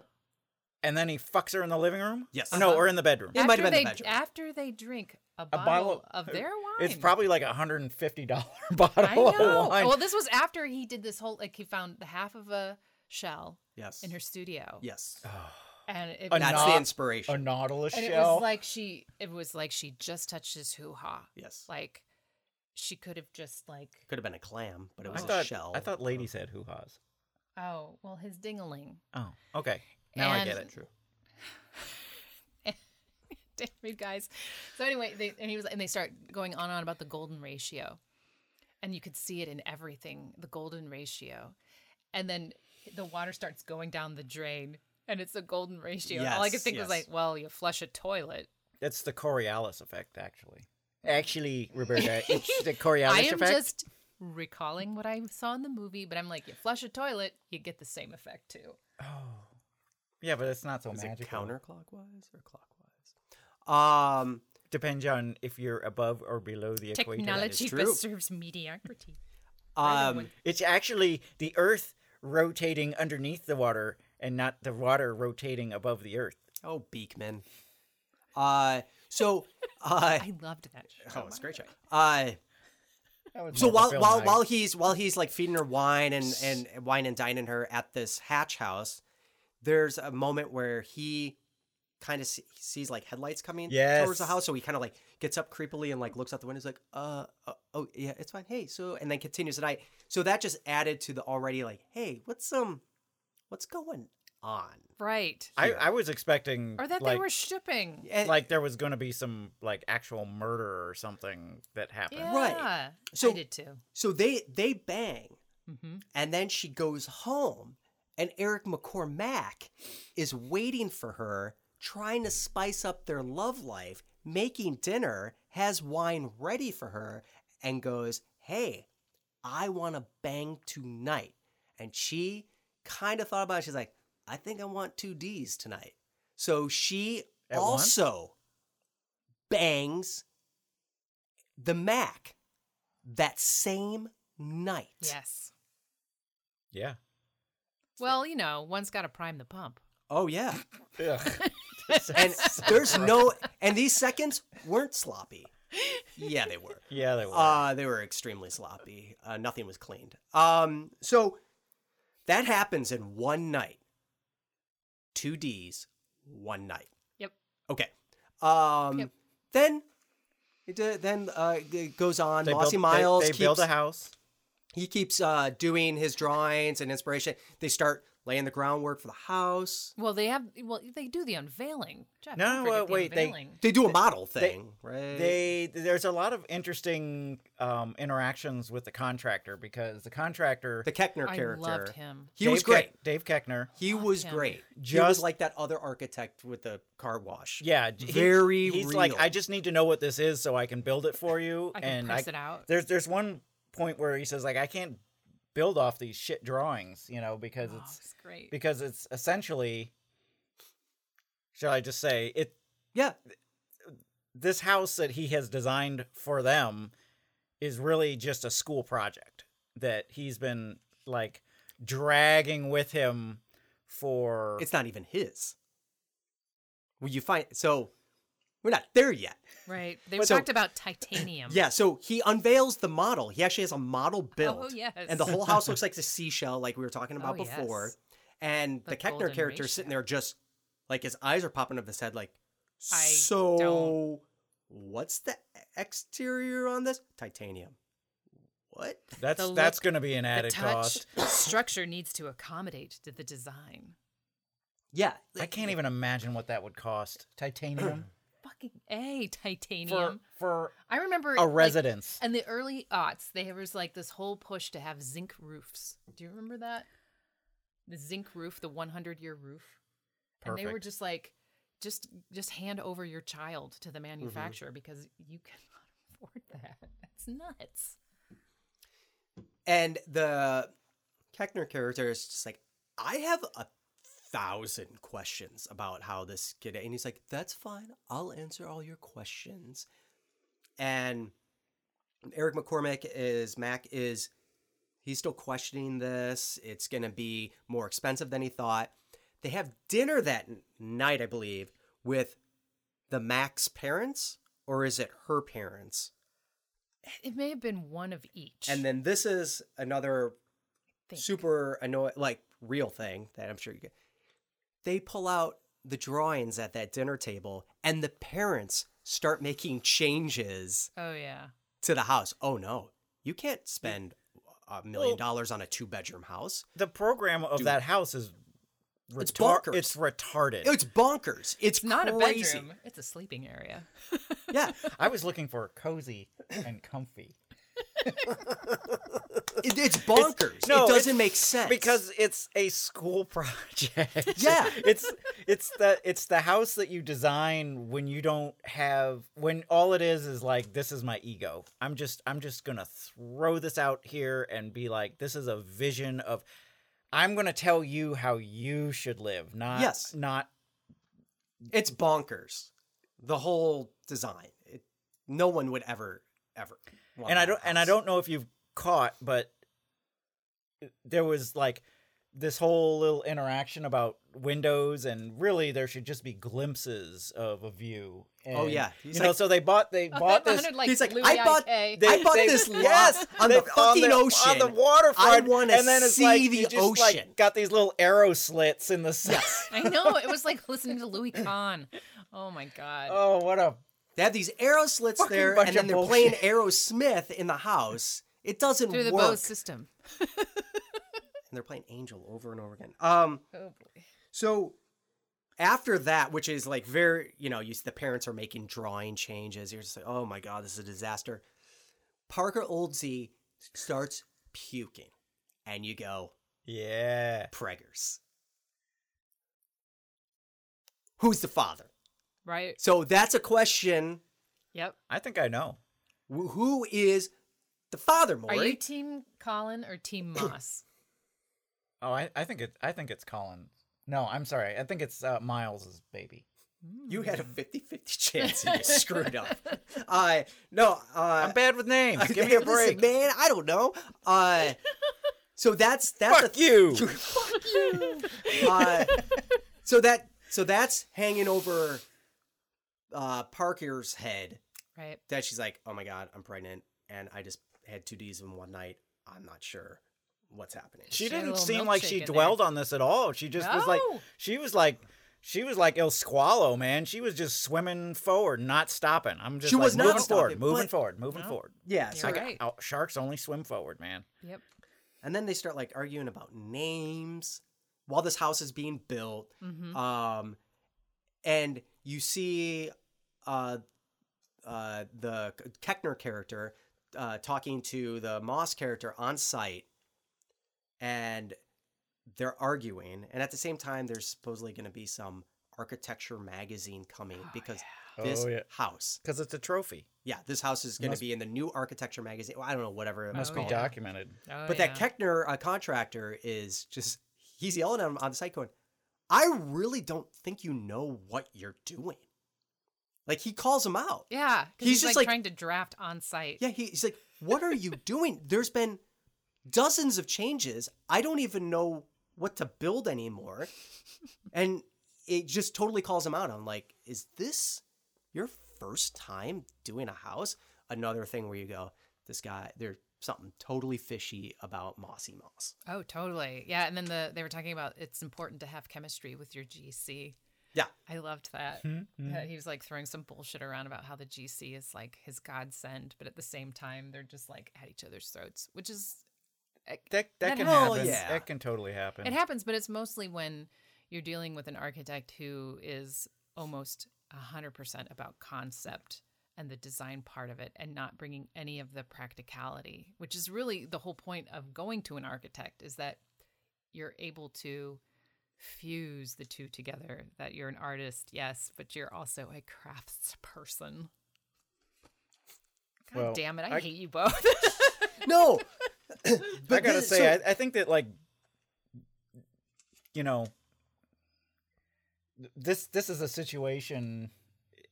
E: and then he fucks her in the living room.
K: Yes.
E: Or no, or in the bedroom.
K: Uh-huh. It might
J: After
K: have been the
J: they-
K: bedroom.
J: After they drink a,
E: A
J: bottle, of their wine.
E: It's probably like a hundred and fifty dollar bottle
J: I know.
E: of wine.
J: Well, this was after he did this whole like he found the half of a shell
K: Yes.
J: in her studio.
K: Yes.
J: And it,
E: A
J: and
K: That's
E: Not-
K: the
E: a
K: inspiration.
E: nautilus
J: it
E: shell.
J: was like she it was like she just touched his hoo ha.
K: Yes.
J: Like she could have just like
K: Could have been a clam, but it
E: I
K: was a
E: thought
K: shell.
E: I thought ladies had hoo ha's.
J: oh well his dingaling.
E: Oh, okay. Now I get
J: And-
E: it.
K: True.
J: Damn you guys. So anyway, they and he was and they start going on and on about the golden ratio. And you could see it in everything, the golden ratio. And then the water starts going down the drain and it's the golden ratio. And All I could
K: Yes,
J: think was
K: yes.
J: like, well, you flush a toilet.
E: That's the Coriolis effect, actually. Actually, Roberta, it's the Coriolis
J: I am
E: effect.
J: just recalling what I saw in the movie, but I'm like, you flush a toilet, you get the same effect too.
E: Yeah, but it's not so
K: Is it
E: magical.
K: counterclockwise or
E: clockwise? Um, depends on if you're above or below the equator.
J: Technology preserves mediocrity.
E: Um, it's actually the Earth rotating underneath the water, and not the water rotating above the Earth.
K: Oh, Beekman. Uh, so uh,
J: I loved that. Show,
K: oh, it's a great show.
J: by
K: Uh,
E: That would
K: so
E: make a
K: while
E: film
K: while
E: night.
K: while he's while he's like feeding her wine and and and wine and dining her at this hatch house, there's a moment where he kind of see, sees like headlights coming towards the
E: Yes.
K: house, so he kind of like gets up creepily and like looks out the window. He's like, uh, uh, oh yeah, it's fine. Hey, so and then continues the night. So that just added to the already like, hey, what's um, what's going on?
J: the way. Right.
E: I, I was expecting
J: or that
E: like, eh,
J: they were shipping.
E: like there was going to be some like actual murder or something that happened.
J: yeah,
K: Right.
J: I
K: So-
J: did too.
K: So they they bang,
E: Mm-hmm.
J: Mhm.
K: and then she goes home, and Eric McCormack is waiting for her, trying to spice up their love life, making dinner, has wine ready for her, and goes, "Hey, I want to bang tonight," and she kind of thought about it. She's like, "I think I want two D's tonight." So she
E: At once?
K: also bangs the Mac that same night.
J: Yes.
E: Yeah.
J: Well, you know, one's got to prime the pump.
K: Oh yeah. and
J: and
K: there's no and these seconds weren't sloppy. Yeah, they were.
E: Yeah, they were.
K: Uh, they were extremely sloppy. Uh, nothing was cleaned. Um, so that happens in one night. Two D's, one night.
J: Yep.
K: Okay. Um, Then, it, uh, then uh, it goes on. Mossy Miles
E: They,
K: keeps,
E: build a house.
K: he keeps uh, doing his drawings and inspiration. They start laying the groundwork for the house.
J: well, they have. Well, they do the unveiling. Jeff,
E: No,
J: don't forget
E: uh,
J: the
E: wait, they-
J: unveiling.
K: They do a model
E: They-
K: thing, right?
E: They there's a lot of interesting um, interactions with the contractor because the contractor
K: the Keckner
J: I
K: character.
J: loved him.
K: He
E: Dave
K: was great.
E: Keck- Dave Keckner.
K: He was great. he was
E: Just-
K: like that other architect with the car wash.
E: Yeah, j- he-
K: very
E: He's
K: real.
E: like, I just need to know what this is so I can build it for you.
J: I can
E: and
J: press it out.
E: There's there's one point where he says like, I can't build off these shit drawings, you know, because
J: Oh,
E: it's
J: it's great.
E: because it's essentially, shall I just say it?
K: Yeah.
E: This house that he has designed for them is really just a school project that he's been like dragging with him for
K: It's not even his. Well, you find so we're not there yet.
J: right. They
K: So-
J: talked about titanium.
K: Yeah, so he unveils the model. He actually has a model built.
J: Oh, yes.
K: And the whole house looks like the seashell, like we were talking about
J: Oh,
K: before.
J: yes.
K: And the,
J: The
K: Keckner
J: golden
K: character is sitting there just like his eyes are popping up his head, like,
J: I
K: so
J: don't-
K: what's the exterior on this? Titanium. What?
E: that's
J: The
E: that's
J: look,
E: going to be an
J: the
E: added cost.
J: touch structure needs to accommodate to the design.
K: Yeah.
E: I can't even imagine what that would cost. Titanium
J: Fucking a
E: for
J: titanium.
E: for
J: I remember
E: a
J: like,
E: residence.
J: in the early aughts, there was like this whole push to have zinc roofs. Do you remember that? The zinc roof, the 100 year roof. And they were
E: Perfect.
J: just like, just just hand over your child to the manufacturer because you cannot afford that. That's nuts.
K: And the Keckner character is just like, I have a thousand questions about how this kid. And he's like, that's fine. I'll answer all your questions. And Eric McCormick is, Mac is, he's still questioning this. It's going to be more expensive than he thought. They have dinner that n- night, I believe, with the Mac's parents, or is it her parents?
J: It may have been one of each.
K: And then this is another
J: think.
K: super annoying, like real thing that I'm sure you get. They pull out the drawings at that dinner table, and the parents start making changes
J: Oh, yeah.
K: to the house. Oh no, you can't spend a million
E: Well-
K: dollars on a two bedroom house.
E: The program of
K: Dude.
E: that house is
K: It's
E: retar-
K: bonkers.
E: it's retarded.
K: It's bonkers. It's,
J: It's not
K: crazy.
J: a bedroom, it's a sleeping area.
K: Yeah,
E: I was looking for cozy and comfy.
K: It- it's bonkers. It doesn't make sense.
E: because it's a school project.
K: Yeah.
E: it's it's the it's the house that you design when you don't have when all it is is like this is my ego. I'm just I'm just gonna throw this out here and be like this is a vision of I'm gonna tell you how you should live. Not
K: Yes.
E: Not
K: It's bonkers. The whole design. It, no one would ever, ever. want
E: and I
K: that
E: don't and I
K: house.
E: don't know if you've caught, but there was like this whole little interaction about windows and really there should just be glimpses of a view. And,
K: Oh, yeah.
E: you
K: He's
E: know.
K: like-
E: So they bought they bought this.
J: like,
K: He's like,
J: Louis
K: I bought,
J: IK.
E: They-
K: I bought
E: they-
K: this lot
E: yes,
K: on
E: they-
K: the fucking ocean.
E: on the waterfront.
K: I want to
E: and then it's
K: see
E: like,
K: the
E: you just,
K: ocean.
E: Like, got these little arrow slits in the side.
J: I know it was like listening to Louis Kahn. Oh my god.
E: Oh, what a
K: They have these arrow slits
E: Fucking
K: there,
E: bunch
K: and then
E: of
K: they're
E: bullshit.
K: playing Aerosmith in the house. It doesn't
J: Through the
K: work.
J: Bose system.
K: and they're playing Angel over and over again. Um,
J: Oh boy.
K: so after that, which is like very, you know, you see the parents are making drawing changes. You're just like, oh my god, this is a disaster. Parker Oldsey starts puking, and you go
E: yeah.
K: Preggers. Who's the father?
J: Right.
K: So that's a question.
J: Yep.
E: I think I know.
K: Wh- Who is the father, Maury?
J: Are you team Colin or team Moss?
E: Oh, I, I think it. I think it's Colin. No, I'm sorry. I think it's uh, Miles's baby.
K: You had
E: Hmm.
K: a 50 50 chance and you screwed up. Uh, no, uh,
E: I'm bad with names. Give me a break.
K: listen, man. I don't know. Uh, so that's that's
E: Fuck
K: a-
E: you.
K: Fuck you. Uh, so that so that's hanging over uh, Parker's head
J: right.
K: that she's like, oh my god, I'm pregnant, and I just had two D's in one night. I'm not sure what's happening.
E: She
J: She had a
E: didn't
J: little
E: seem like
J: milkshake
E: she
J: in there.
E: dwelled on this at all. She just was like,
J: No.
E: she was like, she was like El Squalo, man. She was just swimming forward, not stopping. I'm just
K: She
E: like,
K: was not
E: moving forward,
K: stopping,
E: moving
K: but-
E: forward, moving forward.
K: yeah, so
J: You're
K: like-
J: right.
E: Out- sharks only swim forward, man.
J: Yep.
K: And then they start like arguing about names while this house is being built.
J: Mm-hmm.
K: Um, and you see uh, uh, the Keckner character uh, talking to the Moss character on site, and they're arguing. And at the same time, there's supposedly going to be some architecture magazine coming because this
E: Oh, yeah.
K: house,
E: Because it's a trophy.
K: yeah, this house is going to
E: Must-
K: be in the new architecture magazine. Well, I don't know, whatever it
E: It must
J: Oh,
E: be
J: yeah.
E: documented.
J: Oh,
K: but
J: yeah.
K: that Keckner uh, contractor is just, he's yelling at him on the side going, I really don't think you know what you're doing. Like he calls him out.
J: Yeah, 'cause
K: He's
J: he's,
K: just
J: like,
K: like-
J: trying to draft on site.
K: Yeah, he, he's like, What are you doing? There's been dozens of changes. I don't even know what to build anymore. And it just totally calls him out. I'm like, Is this your first time doing a house? Another thing where you go, This guy, there's something totally fishy about Mossy Moss.
J: Oh, totally. Yeah, and then the they were talking about it's important to have chemistry with your GC.
K: Yeah.
J: I loved that. That he was like throwing some bullshit around about how the GC is like his godsend, but at the same time they're just like at each other's throats, which is
E: That that,
J: That
E: can
J: happens.
E: happen.
K: Yeah.
E: That can totally happen.
J: it happens, but it's mostly when you're dealing with an architect who is almost 100% about concept and the design part of it and not bringing any of the practicality, which is really the whole point of going to an architect is that you're able to fuse the two together that you're an artist, yes, but you're also a crafts person. God
E: Well,
J: damn it, I,
E: I-
J: hate you both.
K: No.
E: I gotta
K: this-
E: say,
K: so-
E: I, I think that like, you know, th- this this is a situation,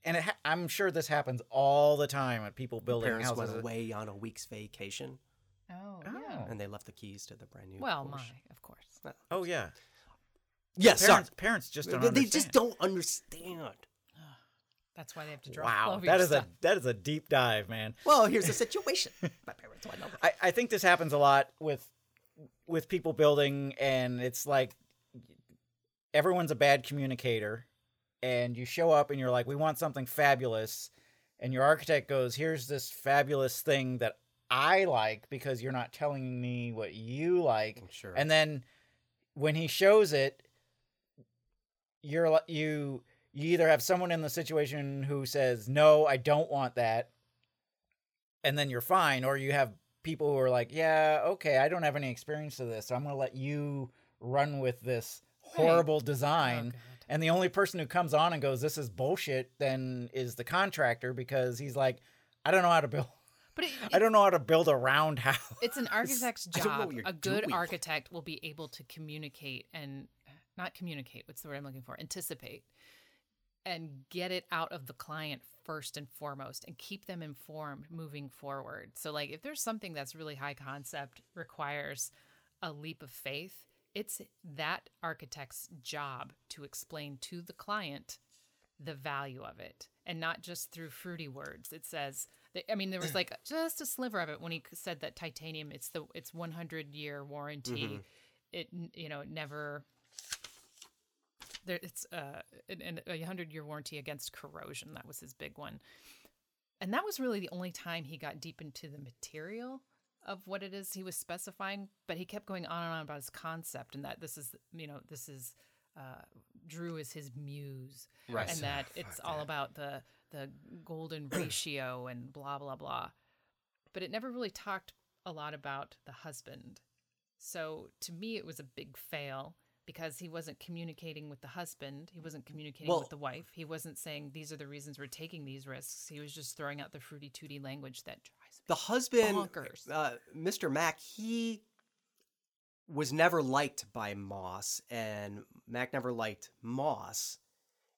E: and it ha- I'm sure this happens all the time at people building
K: parents
E: houses.
K: went away on a week's vacation
J: oh, yeah.
K: and they left the keys to the brand new.
J: Well,
K: Porsche.
J: my, of course.
E: Oh yeah,
K: Yeah, sorry.
E: parents, parents just don't.
K: They
E: understand.
K: just don't understand.
J: That's why they have to draw. all
E: Wow,
J: over
E: that
J: your
E: is a
J: stuff.
E: that is a deep dive, man.
K: Well, here's the situation. my parents went away.
E: I, I think this happens a lot with with people building and it's like everyone's a bad communicator and you show up and you're like we want something fabulous and your architect goes here's this fabulous thing that i like because you're not telling me what you like
K: Sure.
E: and then when he shows it you're li- you you either have someone in the situation who says no i don't want that and then you're fine or you have people who are like, yeah, okay, I don't have any experience of this, so I'm going to let you run with this horrible design. and the only person who comes on and goes, this is bullshit, then is the contractor because he's like, I don't know how to build.
J: But it,
E: I don't know how to build a round house.
J: It's an architect's
E: I don't know
J: job.
E: what you're
J: A good
E: doing.
J: architect will be able to communicate and not communicate, what's the word I'm looking for? Anticipate and get it out of the client first and foremost and keep them informed moving forward. So like if there's something that's really high concept requires a leap of faith, it's that architect's job to explain to the client the value of it and not just through fruity words. It says that, I mean there was like just a sliver of it when he said that titanium it's the it's 100 year warranty.
L: Mhm.
J: It you know, it never there it's uh an, an, a hundred year warranty against corrosion that was his big one and that was really the only time he got deep into the material of what it is he was specifying but he kept going on and on about his concept and that this is you know this is uh drew is his muse
L: Right.
J: and
L: Ah,
J: that it's all about the the golden ratio and blah blah blah but it never really talked a lot about the husband so to me, it was a big fail because he wasn't communicating with the husband. He wasn't communicating
K: Well-
J: with the wife. He wasn't saying these are the reasons we're taking these risks. He was just throwing out the fruity tooty language that drives
K: the husband,
J: Bonkers.
K: uh, Mr. Mack, he was never liked by Moss, and Mack never liked Moss,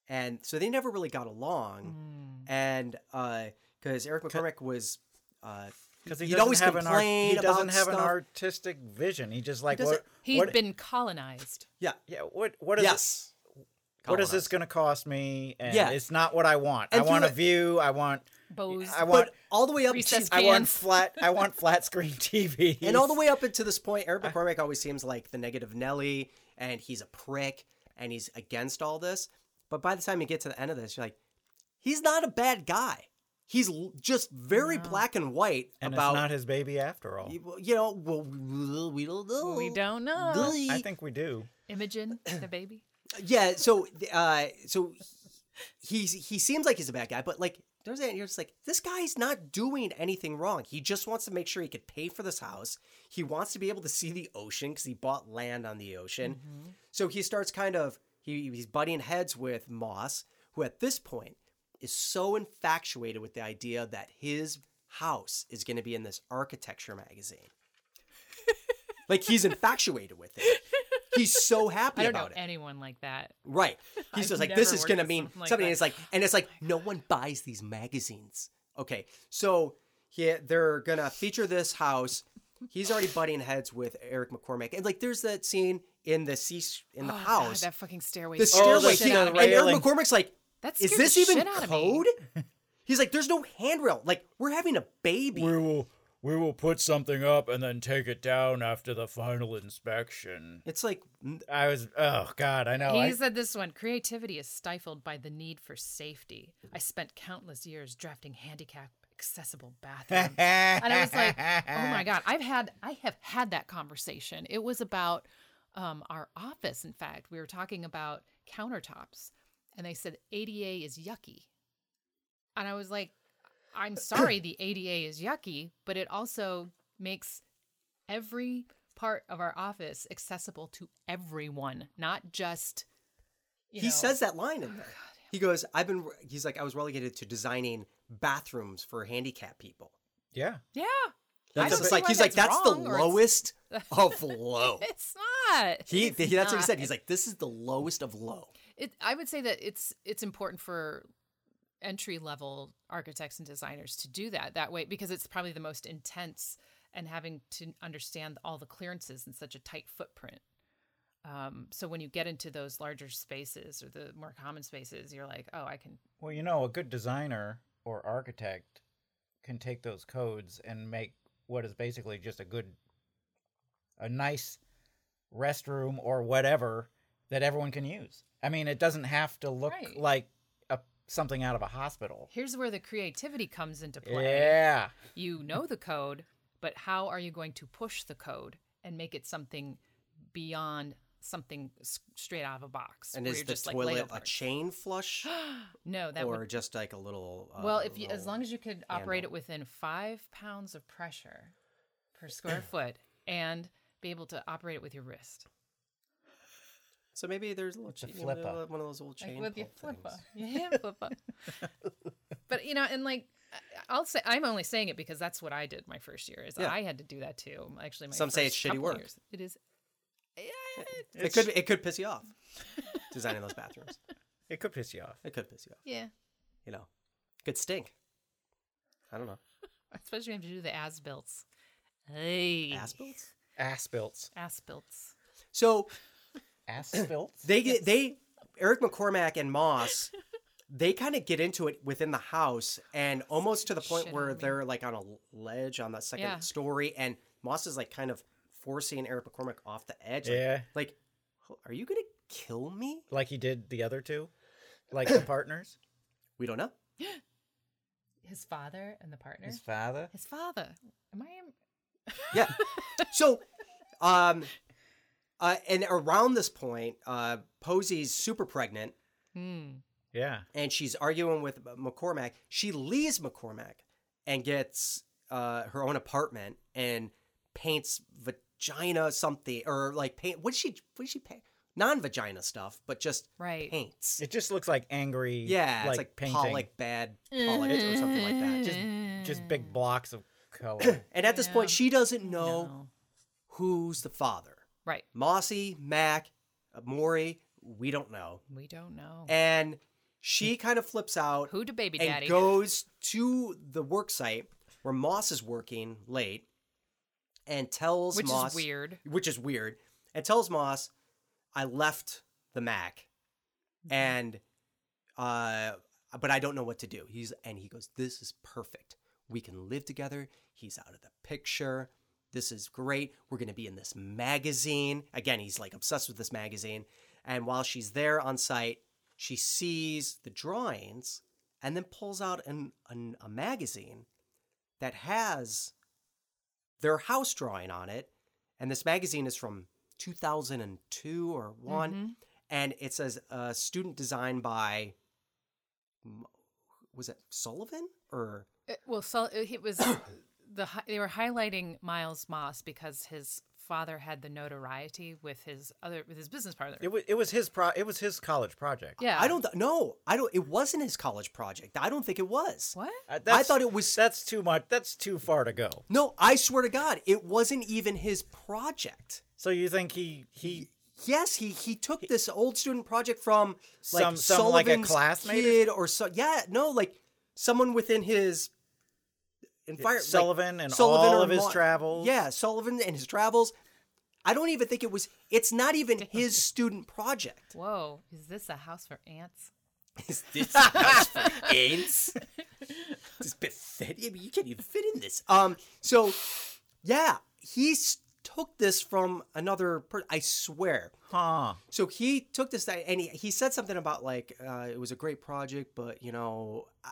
K: and so they never really got
E: Hmm.
K: along. And because Eric McCormick was, uh,
E: Because
K: because
E: he
K: he'd
E: doesn't
K: always
E: have an art,
K: complain
E: he doesn't
K: about
E: have
K: stuff.
E: an artistic vision. He just like
J: He doesn't-
E: what
J: He'd
E: what,
J: been colonized.
K: Yeah.
E: Yeah. What what is
K: yes.
E: what is this going to cost me? And
K: Yeah.
E: it's not what I want.
K: And
E: I want a
K: through it-
E: view. I want
J: Bows.
E: I want
K: all the way up
J: recessed
E: I want
J: fans.
E: flat. I want flat screen TV.
K: And all the way up until this point, Eric McCormick always seems like the negative Nelly, and he's a prick, and he's against all this. But by the time you get to the end of this, you're like, he's not a bad guy. He's l- just very black and white
E: and
K: about
E: it's not his baby after all.
K: you, you know. Well, we don't know.
J: We don't know.
K: Really?
E: I think we do.
J: Imogen, the baby.
K: Yeah. So, uh, so he's he seems like he's a bad guy, but like there's a, you're just like this guy's not doing anything wrong. He just wants to make sure he could pay for this house. He wants to be able to see the ocean because he bought land on the ocean.
J: Mm-hmm.
K: So he starts kind of he, he's butting heads with Moss, who at this point is so infatuated with the idea that his house is going to be in this architecture magazine. like he's infatuated with it. He's so happy
J: I don't know
K: about it.
J: anyone like that.
K: Right. He's
J: I've
K: just like,
J: never
K: this is
J: worked
K: going to
J: with
K: mean
J: something like
K: something.
J: that.
K: And it's like, and it's like, no one buys these magazines. Okay. So yeah, they're going to feature this house. He's already butting heads with Eric McCormick. And like, there's that scene in the sea, in the
J: Oh, God,
K: house.
J: that fucking stairway.
K: the
J: scared
K: stairway.
J: Oh, shit
K: he-
J: out of
K: and
J: me.
K: Eric McCormick's like,
J: That
K: is
J: scared
K: this
J: the
K: even
J: shit out of me."
K: code? He's like, there's no handrail. Like, we're having a baby.
M: We will we will put something up and then take it down after the final inspection.
K: It's like mm,
E: I was oh god, I know.
J: he
E: I-
J: said this one creativity is stifled by the need for safety. I spent countless years drafting handicap accessible bathrooms. and I was like, oh my God, I've had, I have had that conversation. It was about um, our office. In fact, we were talking about countertops and they said ADA is yucky. And I was like, I'm sorry the ADA is yucky, but it also makes every part of our office accessible to everyone, not just you
K: he
J: know, Oh,
K: says that line in there. He goes, I've been, re- he's like, I was relegated to designing bathrooms for handicapped people.
E: Yeah.
J: Yeah. I
K: That's
J: don't
K: just
J: see
K: like
J: why
K: he's like that's the
J: wrong or it's-
K: lowest of low.
J: It's not.
K: He
J: It's
K: that's what he
J: not.
K: said. He's like this is the lowest of low.
J: It, I would say that it's it's important for entry level architects and designers to do that that way because it's probably the most intense and having to understand all the clearances in such a tight footprint. Um, so when you get into those larger spaces or the more common spaces, you're like, oh, I can.
E: Well, you know, a good designer or architect can take those codes and make what is basically just a good, a nice restroom or whatever that everyone can use. I mean, it doesn't have to look
J: Right.
E: like a, something out of a hospital.
J: Here's where the creativity comes into play.
E: Yeah.
J: you know the code, but how are you going to push the code and make it something beyond something s- straight out of a box?
K: And
J: where
K: is
J: you're
K: the
J: just, like,
K: toilet
J: layout
K: a
J: parts?
K: chain flush?
J: No, that
K: or
J: would-
K: just like a little. Uh,
J: well, if you, as
K: little-
J: long as you could operate it within five pounds of pressure, per square foot and be able to operate it with your wrist.
K: So maybe there's a little chain, you know,
J: flipper.
K: one of those old
J: Like
K: chain
J: with your
K: pull
J: flipper.
K: things.
J: Your hand flipper. but you know, and like I- I'll say, I'm only saying it because that's what I did my first year. Is
K: Yeah.
J: I had to do that too. Actually, my
K: Some say it's
J: first
K: shitty
J: couple
K: work.
J: years. It is.
K: It could it could piss you off. Designing those bathrooms.
E: It could piss you off.
K: It could piss you off.
J: Yeah.
K: You know, could stink. I don't know.
J: Especially when you have to do the as builts. Hey. As
K: builts?
E: Ass built.
J: As builts.
K: So
E: Ass built.
K: they get they Eric McCormack and Moss. They kind of get into it within the house, and almost to the point
J: Shit
K: where
J: on me.
K: they're like on a ledge on the second
J: Yeah.
K: story, and Moss is like kind of forcing Eric McCormack off the edge. Like-
E: Yeah.
K: like are you gonna kill me?
E: Like he did the other two? Like the partners?
K: We don't know.
J: His father and the partner.
E: His father?
J: His father. Am I? in-
K: yeah. So, um, uh, and around this point, uh, Posy's super pregnant,
J: Hmm.
E: Yeah.
K: and she's arguing with McCormack. She leaves McCormack and gets uh, her own apartment and paints vagina something or like paint. What did she? What did she paint? Non-vagina stuff, but just
J: right.
K: paints.
E: It just looks like angry.
K: Yeah,
E: like
K: it's like
E: painting.
K: Pollock bad Pollock or something like that.
E: Just just
K: Mm.
E: big blocks of color.
K: And at this point, she doesn't know who's the father.
J: Right.
K: Mossy, Mac, uh, Maury, we don't know.
J: We don't know.
K: And
E: Hmm.
K: she kind of flips out
J: Who to baby
K: and
J: daddy?
K: goes to the work site where Moss is working late and tells
J: Which is
K: Moss
J: weird.
K: Which is weird. And tells Moss, I left the Mac
J: Mm-hmm.
K: and uh but I don't know what to do. He's and he goes, This is perfect. We can live together. He's out of the picture. This is great. We're gonna be in this magazine. Again, he's like obsessed with this magazine. And while she's there on site, she sees the drawings and then pulls out an, an a magazine that has their house drawing on it. And this magazine is from 2002 or one.
J: Mhm.
K: And it says uh, student design by, M- was it Sullivan or?
J: Uh, well, so it was the hi- they were highlighting Miles Moss because his father had the notoriety with his other with his business partner.
E: It was it was his pro it was his college project.
J: yeah,
K: I don't, th- no, I don't, it wasn't his college project. I don't think it was.
J: What?
E: Uh,
K: I
E: that's-
K: thought it was.
E: That's too much. That's too far to go.
K: No, I swear to God, it wasn't even his project.
E: So you think he he
K: Yes, he he took this old student project from like
E: Some- some, like, a
K: Sullivan's
E: classmate or
K: kid or so. Yeah, no, like someone within his environment.
E: Sullivan and all of his travels.
K: Yeah, Sullivan and his travels. I don't even think it was. It's not even his student project.
J: Whoa, is this a house for ants?
K: Is this house for ants? This is pathetic. I mean, you can't even fit in this. Um. So, yeah, he s- took this from another. Per- I swear.
E: huh?
K: So he took this thing and he, he said something about like uh, it was a great project, but you know, I,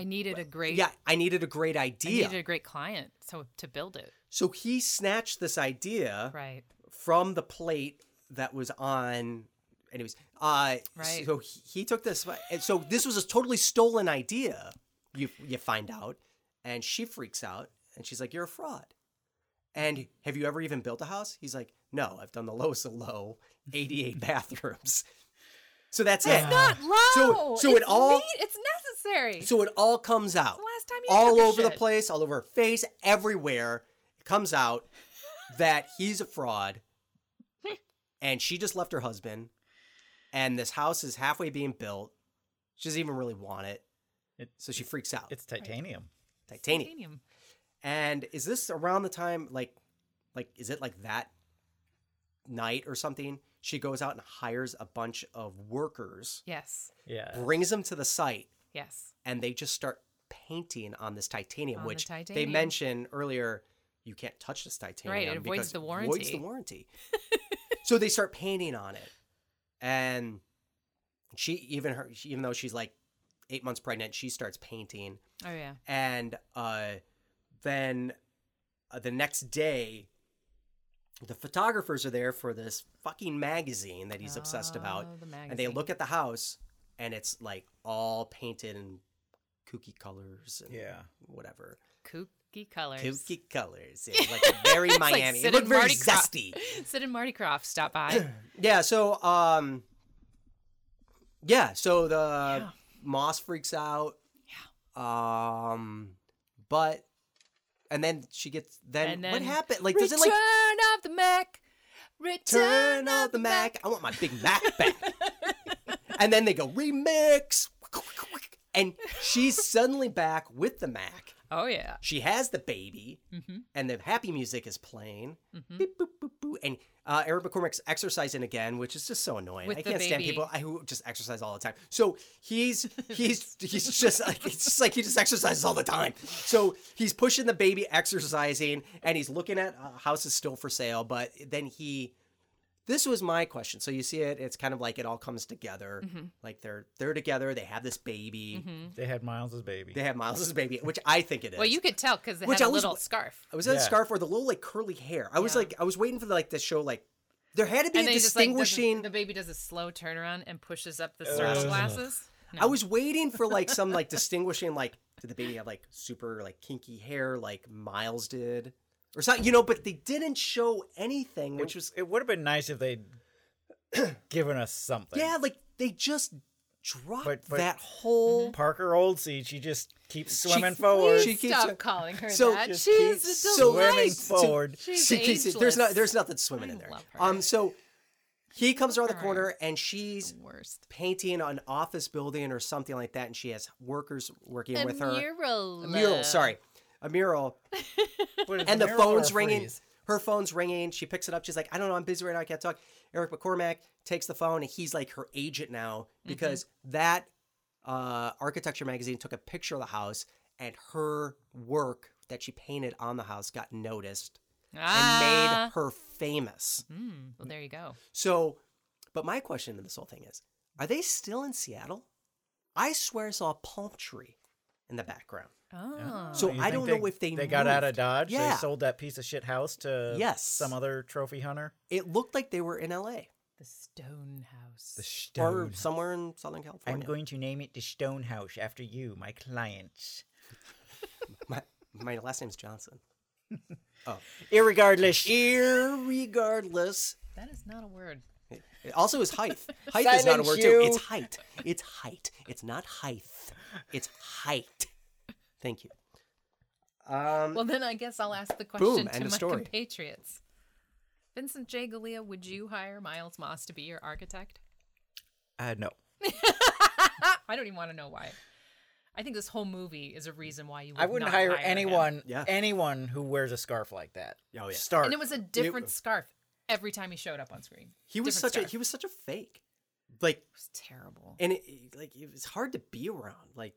J: I needed a great
K: yeah, I needed a great
J: I
K: idea.
J: needed a great client so to build it.
K: so he snatched this idea
J: Right.
K: from the plate that was on. Anyways, uh,
J: Right.
K: So he, he took this. And so this was a totally stolen idea. You you find out, and she freaks out, and she's like, "You're a fraud." And have you ever even built a house? He's like, "No, I've done the lowest of low, 88 bathrooms." So that's it.
J: It's not low.
K: So so
J: it's
K: it all
J: need- it's necessary.
K: so it all comes out.
J: the last time you
K: all
J: took a
K: over the
J: shit.
K: place, all over her face, everywhere. It comes out that he's a fraud. and she just left her husband. And this house is halfway being built. She doesn't even really want it.
E: It-
K: so she freaks out.
E: It's titanium.
K: titanium. And is this around the time like like is it like that night or something? She goes out and hires a bunch of workers,
J: Yes.
E: Yeah.
K: brings them to the site,
J: Yes.
K: and they just start painting on this titanium,
J: On the
K: which
J: titanium.
K: they mentioned earlier. You can't touch this titanium.
J: Right, it avoids
K: because
J: the
K: it Avoids the
J: warranty.
K: warranty. so they start painting on it, and she even her she- even though she's like eight months pregnant, she starts painting,
J: Oh yeah.
K: and uh, then uh, the next day. The photographers are there for this fucking magazine that he's obsessed about.
J: Oh, the
K: And they
J: magazine.
K: look at the house and it's like all painted in kooky colors and
E: Yeah.
K: whatever.
J: Kook Kooky colors.
K: Kooky colors. Yeah, like very
J: It's like
K: Miami.
J: Sid
K: it looked
J: and
K: very
J: Marty Cro-
K: zesty.
J: Sid and Marty Croft stop by.
K: Yeah, so um Yeah, so the Moss freaks out. Yeah. Um but and then she gets then,
J: and then
K: what happened? Like
J: return
K: does it like
J: of the Mac? Return.
K: turn out the Mac? I want my big Mac back. and then they go remix. And she's suddenly back with the Mac.
J: Oh yeah.
K: She has the baby
J: Mm-hmm.
K: and the happy music is playing.
J: Mm-hmm.
K: Ooh, and uh, Aaron McCormick's exercising again, which is just so annoying.
J: With
K: I
J: the
K: can't stand
J: baby.
K: people I- who just exercise all the time. So he's he's he's just like it's just like he just exercises all the time. So he's pushing the baby, exercising, and he's looking at uh, houses still for sale. But then he, this was my question. So you see it, it's kind of like it all comes together.
J: Mm-hmm.
E: Mhm.
K: Like they're they're together. They have this baby.
E: They had Miles's baby.
K: They have Miles's baby, which I think it is.
J: Well, you could tell because they
K: Which
J: had
K: I
J: a
K: was-
J: little scarf.
K: I was at a scarf or the little like curly hair. I was like, I was waiting for like the show. Like there had to be
J: And
K: a
J: then he just, like, does a-
K: distinguishing.
J: the baby does a slow turnaround and pushes up the circle glasses.
K: I was waiting for like some like distinguishing like did the baby have like super like kinky hair like Miles did or something you know but they didn't show anything which was
E: It would have been nice if they'd given us something.
K: yeah like they just dropped
E: But- but-
K: that whole
E: Parker Oldseed, she just keeps
K: She-
E: swimming forward.
K: she keeps-
J: Stop calling her
K: so
J: that.
K: just
J: She's
K: keeps
J: a
K: swimming
J: delight.
K: forward.
J: She's
K: She keeps it- there's not
J: ageless.
K: there's nothing swimming in there um so he comes around the corner and she's painting an office building or something like that and she has workers working
J: A
K: with her
J: mural.
K: a mural sorry a mural and the phone's ringing. Her phone's ringing. She picks it up. She's like, I don't know. I'm busy right now. I can't talk. Eric McCormack takes the phone, and he's like her agent now
E: Mm-hmm.
K: because that uh, architecture magazine took a picture of the house, and her work that she painted on the house got noticed and
J: Ah.
K: made her famous.
J: Mm, well, there you go.
K: So, but my question to this whole thing is are they still in Seattle? I swear I saw a palm tree in the background.
J: Oh.
K: So
E: You
K: I
E: think
K: don't know if they
E: got out of
K: moved.
E: Dodge. They
K: Yeah.
E: sold that piece of shit house to
K: Yes.
E: some other trophy hunter.
K: It looked like they were in LA.
J: The stone house.
E: The
K: or somewhere in Southern California.
E: I'm going to name it the Stone House after you, my client.
K: my, my last name's Johnson. Oh,
E: Irregardless.
K: irregardless.
J: That is not a word.
K: It also is height. Height is not a
J: Silence
K: word too.
J: you.
K: It's height. It's height. It's not height. It's height. Thank you. Um,
J: Well, then I guess I'll ask the question
K: boom,
J: to
K: end of
J: my
K: story.
J: compatriots. Vincent J. Galea, would you hire Miles Moss to be your architect?
E: Uh, no.
J: I don't even want to know why. I think this whole movie is a reason why you. Would
E: I wouldn't
J: not
E: hire,
J: him.
E: anyone anyone who wears a scarf like that.
K: Oh yeah.
E: Start.
J: And it was a different scarf every time he showed up on screen.
K: he was
J: Different
K: such a
J: scarf.
K: he was such a fake. Like it
J: was terrible.
K: And it, it- like it was hard to be around. Like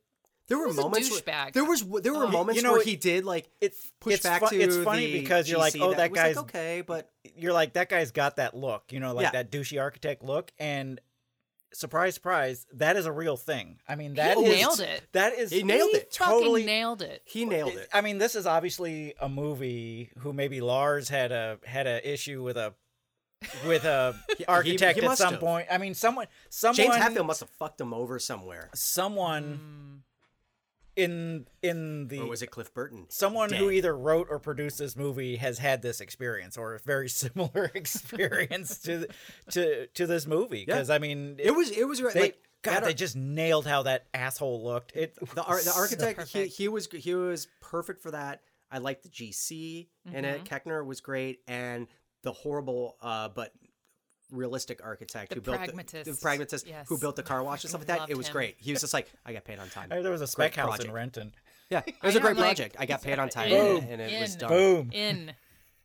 K: there were
J: was a
K: moments where,
J: douchebag. Oh.
K: there was there were
E: You-
K: moments
E: you know
K: where
E: what?
K: he did like
E: it's
K: push
E: it's
K: back
E: fu-
K: to
E: it's funny
K: the
E: because you're like,
K: GC
E: oh,
K: that
E: that
K: was like,
E: guy's
K: okay, but
E: you're like that guy's got that look, you know, like
K: Yeah.
E: that douchey architect look, and surprise, surprise, that is a real thing. I mean, that
J: he
E: is-
J: nailed it.
E: That is
K: He nailed
E: he
K: it.
J: Fucking
E: Totally
J: nailed it.
K: he nailed it.
E: I mean, this is obviously a movie who maybe Lars had a had a issue with a with a architect at
K: must
E: some
K: have.
E: point. I mean, someone someone
K: James Hatfield must have fucked him over somewhere.
E: someone in in the
K: Mm. or was it Cliff Burton?
E: someone who
K: Dead.
E: either wrote or produced this movie has had this experience or a very similar experience to to to this movie because I mean
K: It was- it was re-
E: they-
K: like,
E: God
K: that
E: they
K: ar-
E: just nailed how that asshole looked it
K: the, ar- the
E: so
K: architect he,
E: perfect.
K: he was he was perfect for that. I liked the GC in
J: Mm-hmm.
K: it. Keckner was great, and the horrible uh, but realistic architect
J: The
K: who built the, the
J: pragmatist.
K: pragmatist who
J: Yes.
K: built the car wash and stuff like that.
J: Fucking
K: It was
J: loved him.
K: great. He was just like, I got paid on time.
E: Hey, there was a
K: Great
E: spec house in
K: project.
E: Renton
K: Yeah, it was a
J: know, I'm
K: great
J: like,
K: project. I got paid on time,
J: In,
K: and it was
J: in,
K: done.
J: In.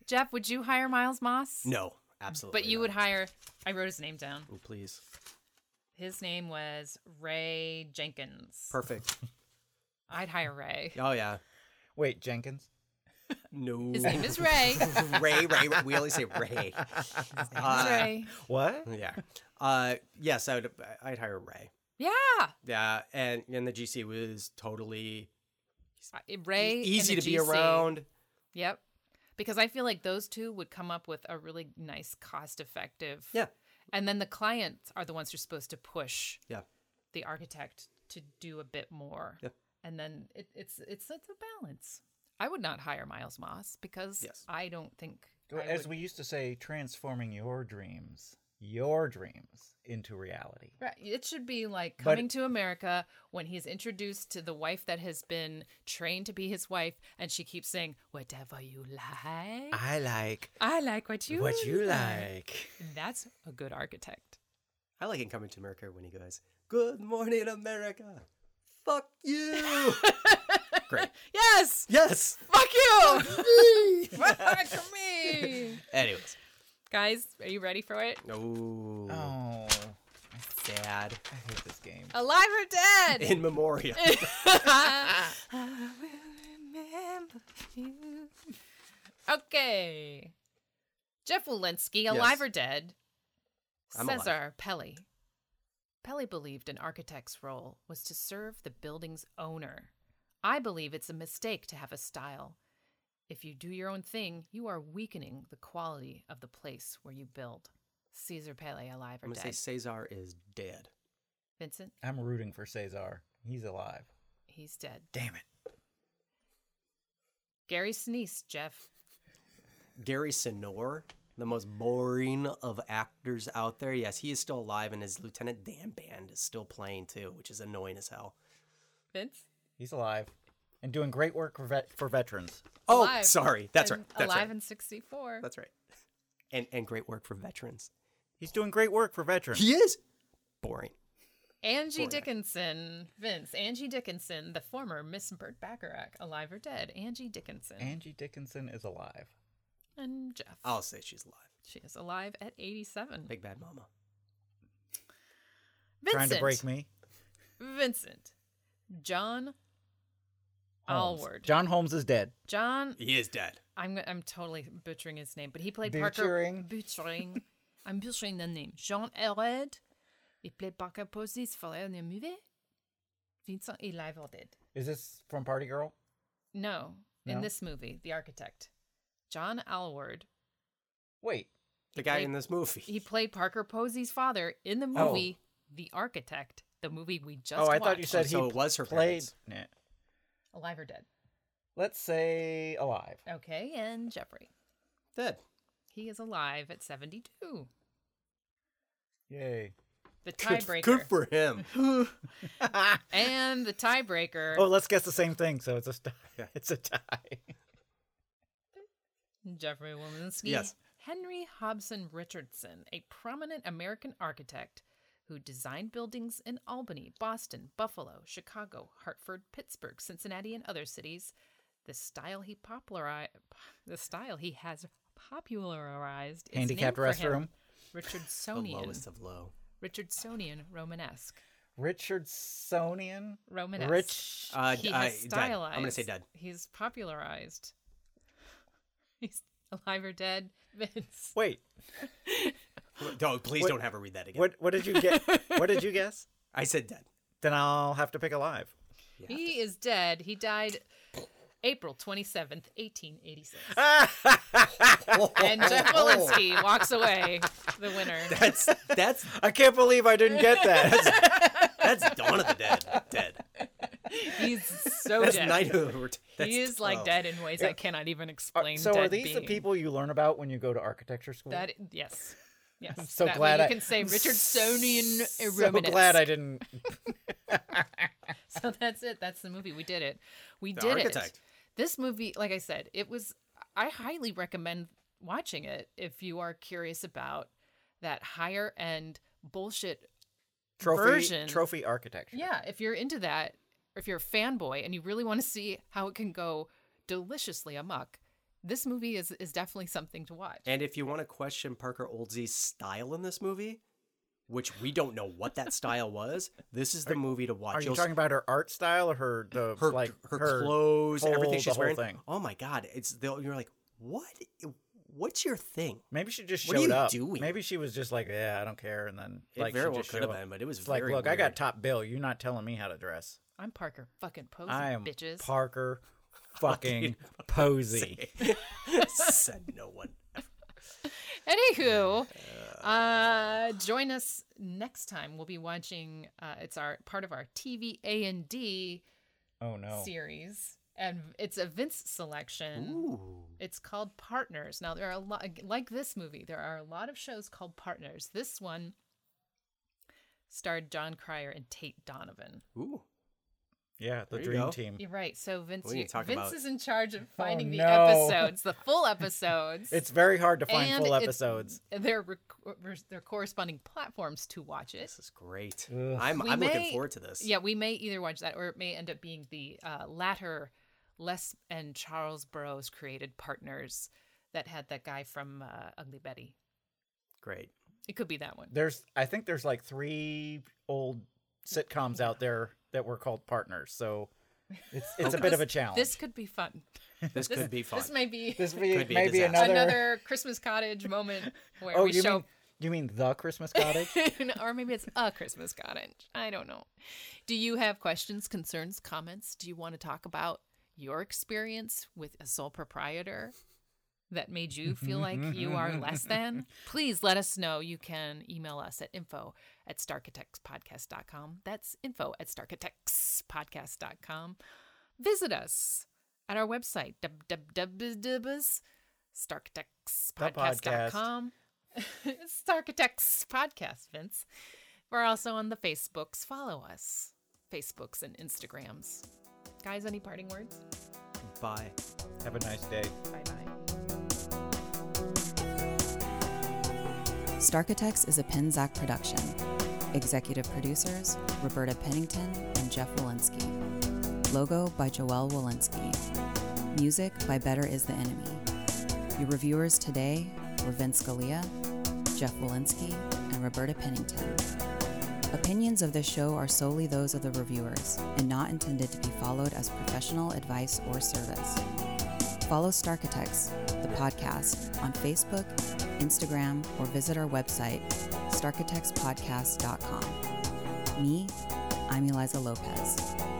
J: Jeff, would you hire Miles Moss?
K: No, absolutely.
J: But you would hire. I wrote his name down.
K: Oh, please,
J: His name was Ray Jenkins.
K: perfect.
J: I'd hire Ray.
K: Oh yeah.
E: wait Jenkins
K: No.
J: His name is Ray.
K: Ray, Ray, Ray. We always say Ray. Uh,
J: Ray.
E: what
K: Yeah. Uh, yes, I would. I'd hire Ray.
J: Yeah.
K: Yeah, and and the GC was totally e-,
J: I- Ray. and
K: easy
J: the
K: to be
J: GC.
K: around.
J: Yep. Because I feel like those two would come up with a really nice, cost effective.
K: Yeah.
J: And then the clients are the ones who are supposed to push
K: Yeah.
J: the architect to do a bit more.
K: Yep.
J: And then it, it's, it's it's a balance. I would not hire Miles Moss because
N: Yes.
J: I don't think I
E: As
J: would-
E: we used to say, transforming your dreams, your dreams into reality.
J: Right. It should be like
E: But-
J: coming to America when he's introduced to the wife that has been trained to be his wife, and she keeps saying, "Whatever you like,
K: I like.
J: I like what you
K: What you like.
J: And That's a good architect.
K: I like in Coming to America when he goes, Good morning, America. Fuck you. Great.
J: Yes.
K: Yes.
J: Fuck you. Fuck me.
K: Anyways.
J: Guys, are you ready for it?
K: Oh.
E: Oh.
K: Sad.
E: I hate this game.
J: Alive or dead?
K: In memoriam.
J: I will remember you. Okay. Jeff Walensky,
K: Yes.
J: alive or dead?
K: I'm alive.
J: Cesar Pelli. Pelli believed an architect's role was to serve the building's owner. I believe it's a mistake to have a style. If you do your own thing, you are weakening the quality of the place where you build. Caesar Pelli, alive or
K: I'm going to say
J: dead?
K: Cesar is dead.
J: Vincent,
E: I'm rooting for Cesar. He's alive.
J: he's dead.
E: Damn it.
J: Gary Sinise, Jeff.
K: Gary Sinor, the most boring of actors out there. Yes, he is still alive, and his Lieutenant Dan band is still playing too, which is annoying as hell.
J: Vince?
E: He's alive and doing great work for, vet- for veterans.
K: Oh,
J: Alive.
K: sorry. That's
J: And
K: right. That's
J: alive
K: right.
J: in 64.
K: That's right. And and great work for veterans.
E: He's doing great work for veterans.
K: He is boring.
J: Angie
K: Fortnite.
J: Dickinson, Vince, Angie Dickinson, the former Miss Burt Bacharach, alive or dead, Angie Dickinson.
E: Angie Dickinson is alive.
J: and Jeff.
K: I'll say she's alive.
J: She is alive at 87.
K: Big bad mama.
J: Vincent.
E: Trying to break me.
J: Vincent. John
K: Oh,
E: Holmes.
J: Alward.
E: John Holmes is dead.
J: John
K: He is dead.
J: I'm go- I'm totally butchering his name, but he played Parker
E: Butchering.
J: butchering. I'm butchering the name. Jean Elred. He played Parker Posey's father in the movie. Vincent est live or dead.
E: Is this from Party Girl?
J: No, in
E: No?
J: this movie, the architect, John Alward.
E: Wait.
K: The guy
J: played-
K: in this movie.
J: He played Parker Posey's father in the
E: Oh.
J: movie The Architect, the movie we just.
E: oh, I thought
J: watched.
E: you said
K: Oh,
E: he
K: so it was her
E: played.
K: parents.
E: Nah.
J: alive or dead.
E: Let's say alive.
J: Okay, and Jeffrey,
K: dead.
J: he is alive at seventy-two.
E: Yay.
J: The
K: Good-
J: tiebreaker.
K: Good for him.
J: and the tiebreaker.
E: Oh, let's guess the same thing. So it's a st- it's a tie.
J: Jeffrey Wolinski.
K: Yes.
J: Henry Hobson Richardson, a prominent American architect who designed buildings in Albany, Boston, Buffalo, Chicago, Hartford, Pittsburgh, Cincinnati, and other cities. The style he popularized, the style he has popularized, is named
E: Handicapped
J: for him,
E: restroom.
K: the
J: Richardsonian,
K: lowest of low.
J: Richardsonian Romanesque,
E: Richardsonian.
J: Romanesque.
E: Rich.
K: Uh,
J: he
K: I-
J: has
K: dead. I'm
J: stylized.
K: gonna say dead.
J: He's popularized. He's alive or dead, Vince.
E: Wait.
K: No, please
E: What-
K: don't have her read that again.
E: What what did you get? what did you guess?
K: I said dead.
E: Then I'll have to pick alive.
J: He is dead. He died April 27th, 1886. and Jeff Walensky walks away the winner.
K: That's that's
E: I can't believe I didn't get that.
K: that's Dawn of the Dead. Dead.
J: He's so
K: That's
J: Oh, dead.
K: Night of the Ret- that's-
J: he is like
K: oh.
J: dead in ways I cannot even explain.
E: so are
J: dead
E: these the
J: being.
E: people you learn about when you go to architecture school?
J: That yes. Yes.
E: so
J: that way
E: glad
J: you
E: I-
J: can say Richardsonian
E: so
J: Romanesque.
E: glad I didn't.
J: So that's it. That's the movie. We did it. We
K: The
J: did it.
K: Architect.
J: This movie, like I said, it was. I highly recommend watching it if you are curious about that higher end bullshit
E: Trophy
J: version.
E: trophy architecture.
J: Yeah, if you're into that, if you're a fanboy and you really want to see how it can go deliciously amok, this movie is is definitely something to watch.
K: And if you want to question Parker Oldsy's style in this movie, which we don't know what that style was, this is the movie to watch.
E: Are you
K: You'll-
E: talking about her art style or her the
K: her
E: like
K: her, clothes,
E: whole-
K: everything
E: the
K: she's
E: whole
K: wearing?
E: Thing.
K: Oh my god, it's the, you're like, what? What's your thing?
E: Maybe she just
K: What are
E: showed
K: you
E: up.
K: doing?
E: Maybe she was just like, yeah, I don't care, and then
K: It
E: like she
K: very well
E: just
K: could
E: showed
K: have
E: up.
K: been, but it was
E: It's like,
K: very
E: look, I
K: weird.
E: got top bill. You're not telling me how to dress.
J: I'm Parker fucking Posey,
E: I am
J: bitches.
E: Parker fucking Posey.
K: Said no one.
J: Anywho, uh, join us next time. We'll be watching. Uh, it's our part of our TV A and D
E: Oh no.
J: series, and it's a Vince selection.
K: Ooh.
J: It's called Partners. Now there are a lot like this movie. There are a lot of shows called Partners. This one starred John Cryer and Tate Donovan.
K: Ooh.
L: Yeah, the
K: There you
L: dream
K: go.
L: team.
J: You're right. So Vince,
L: We need
J: you-
L: to talk
J: Vince
L: about-
J: is in charge of finding the
L: no.
J: episodes, the full episodes.
E: It's very hard to find
J: and
E: full
J: it's-
E: episodes.
J: Their rec- their corresponding platforms to watch it. This
K: is Great. I'm,
J: We
K: I'm looking
J: may-
K: forward to this.
J: Yeah, we may either watch that or it may end up being the uh, latter Les and Charles Burroughs created partners that had that guy from uh, Ugly Betty.
K: Great.
J: It could be that one.
E: There's I think there's like three old sitcoms out there that were called partners, so it's it's a bit of a
J: Oh, This-
E: challenge.
J: This could be fun.
E: This could be
J: This
E: fun.
J: may be
E: This may- Could be a may be disaster. another-
J: Christmas cottage moment where
E: oh,
J: we
E: you
J: show
E: mean you mean the Christmas cottage?
J: or maybe it's a Christmas cottage. I don't know. Do you have questions, concerns, comments? Do you want to talk about your experience with a sole proprietor that made you feel like you are less than? Please let us know. You can email us at info at starkitectspodcast.com. That's info at starkitectspodcast.com. Visit us at our website, www.starkitectspodcast.com. it's Starkitects Podcast, Vince. We're also on the Facebooks. Follow us. Facebooks and Instagrams. Guys, any parting words?
K: Bye.
L: Have a nice day.
J: Bye bye.
H: Starkitects is a Penzac production. Executive producers Roberta Pennington and Jeff Walensky. Logo by Joel Walensky. Music by Better Is the Enemy. Your reviewers today were Vince Scalia, Jeff Walensky, and Roberta Pennington. Opinions of this show are solely those of the reviewers and not intended to be followed as professional advice or service. Follow Starkitects, the podcast, on Facebook, Instagram, or visit our website, starkitectspodcast.com. Me, I'm Eliza Lopez.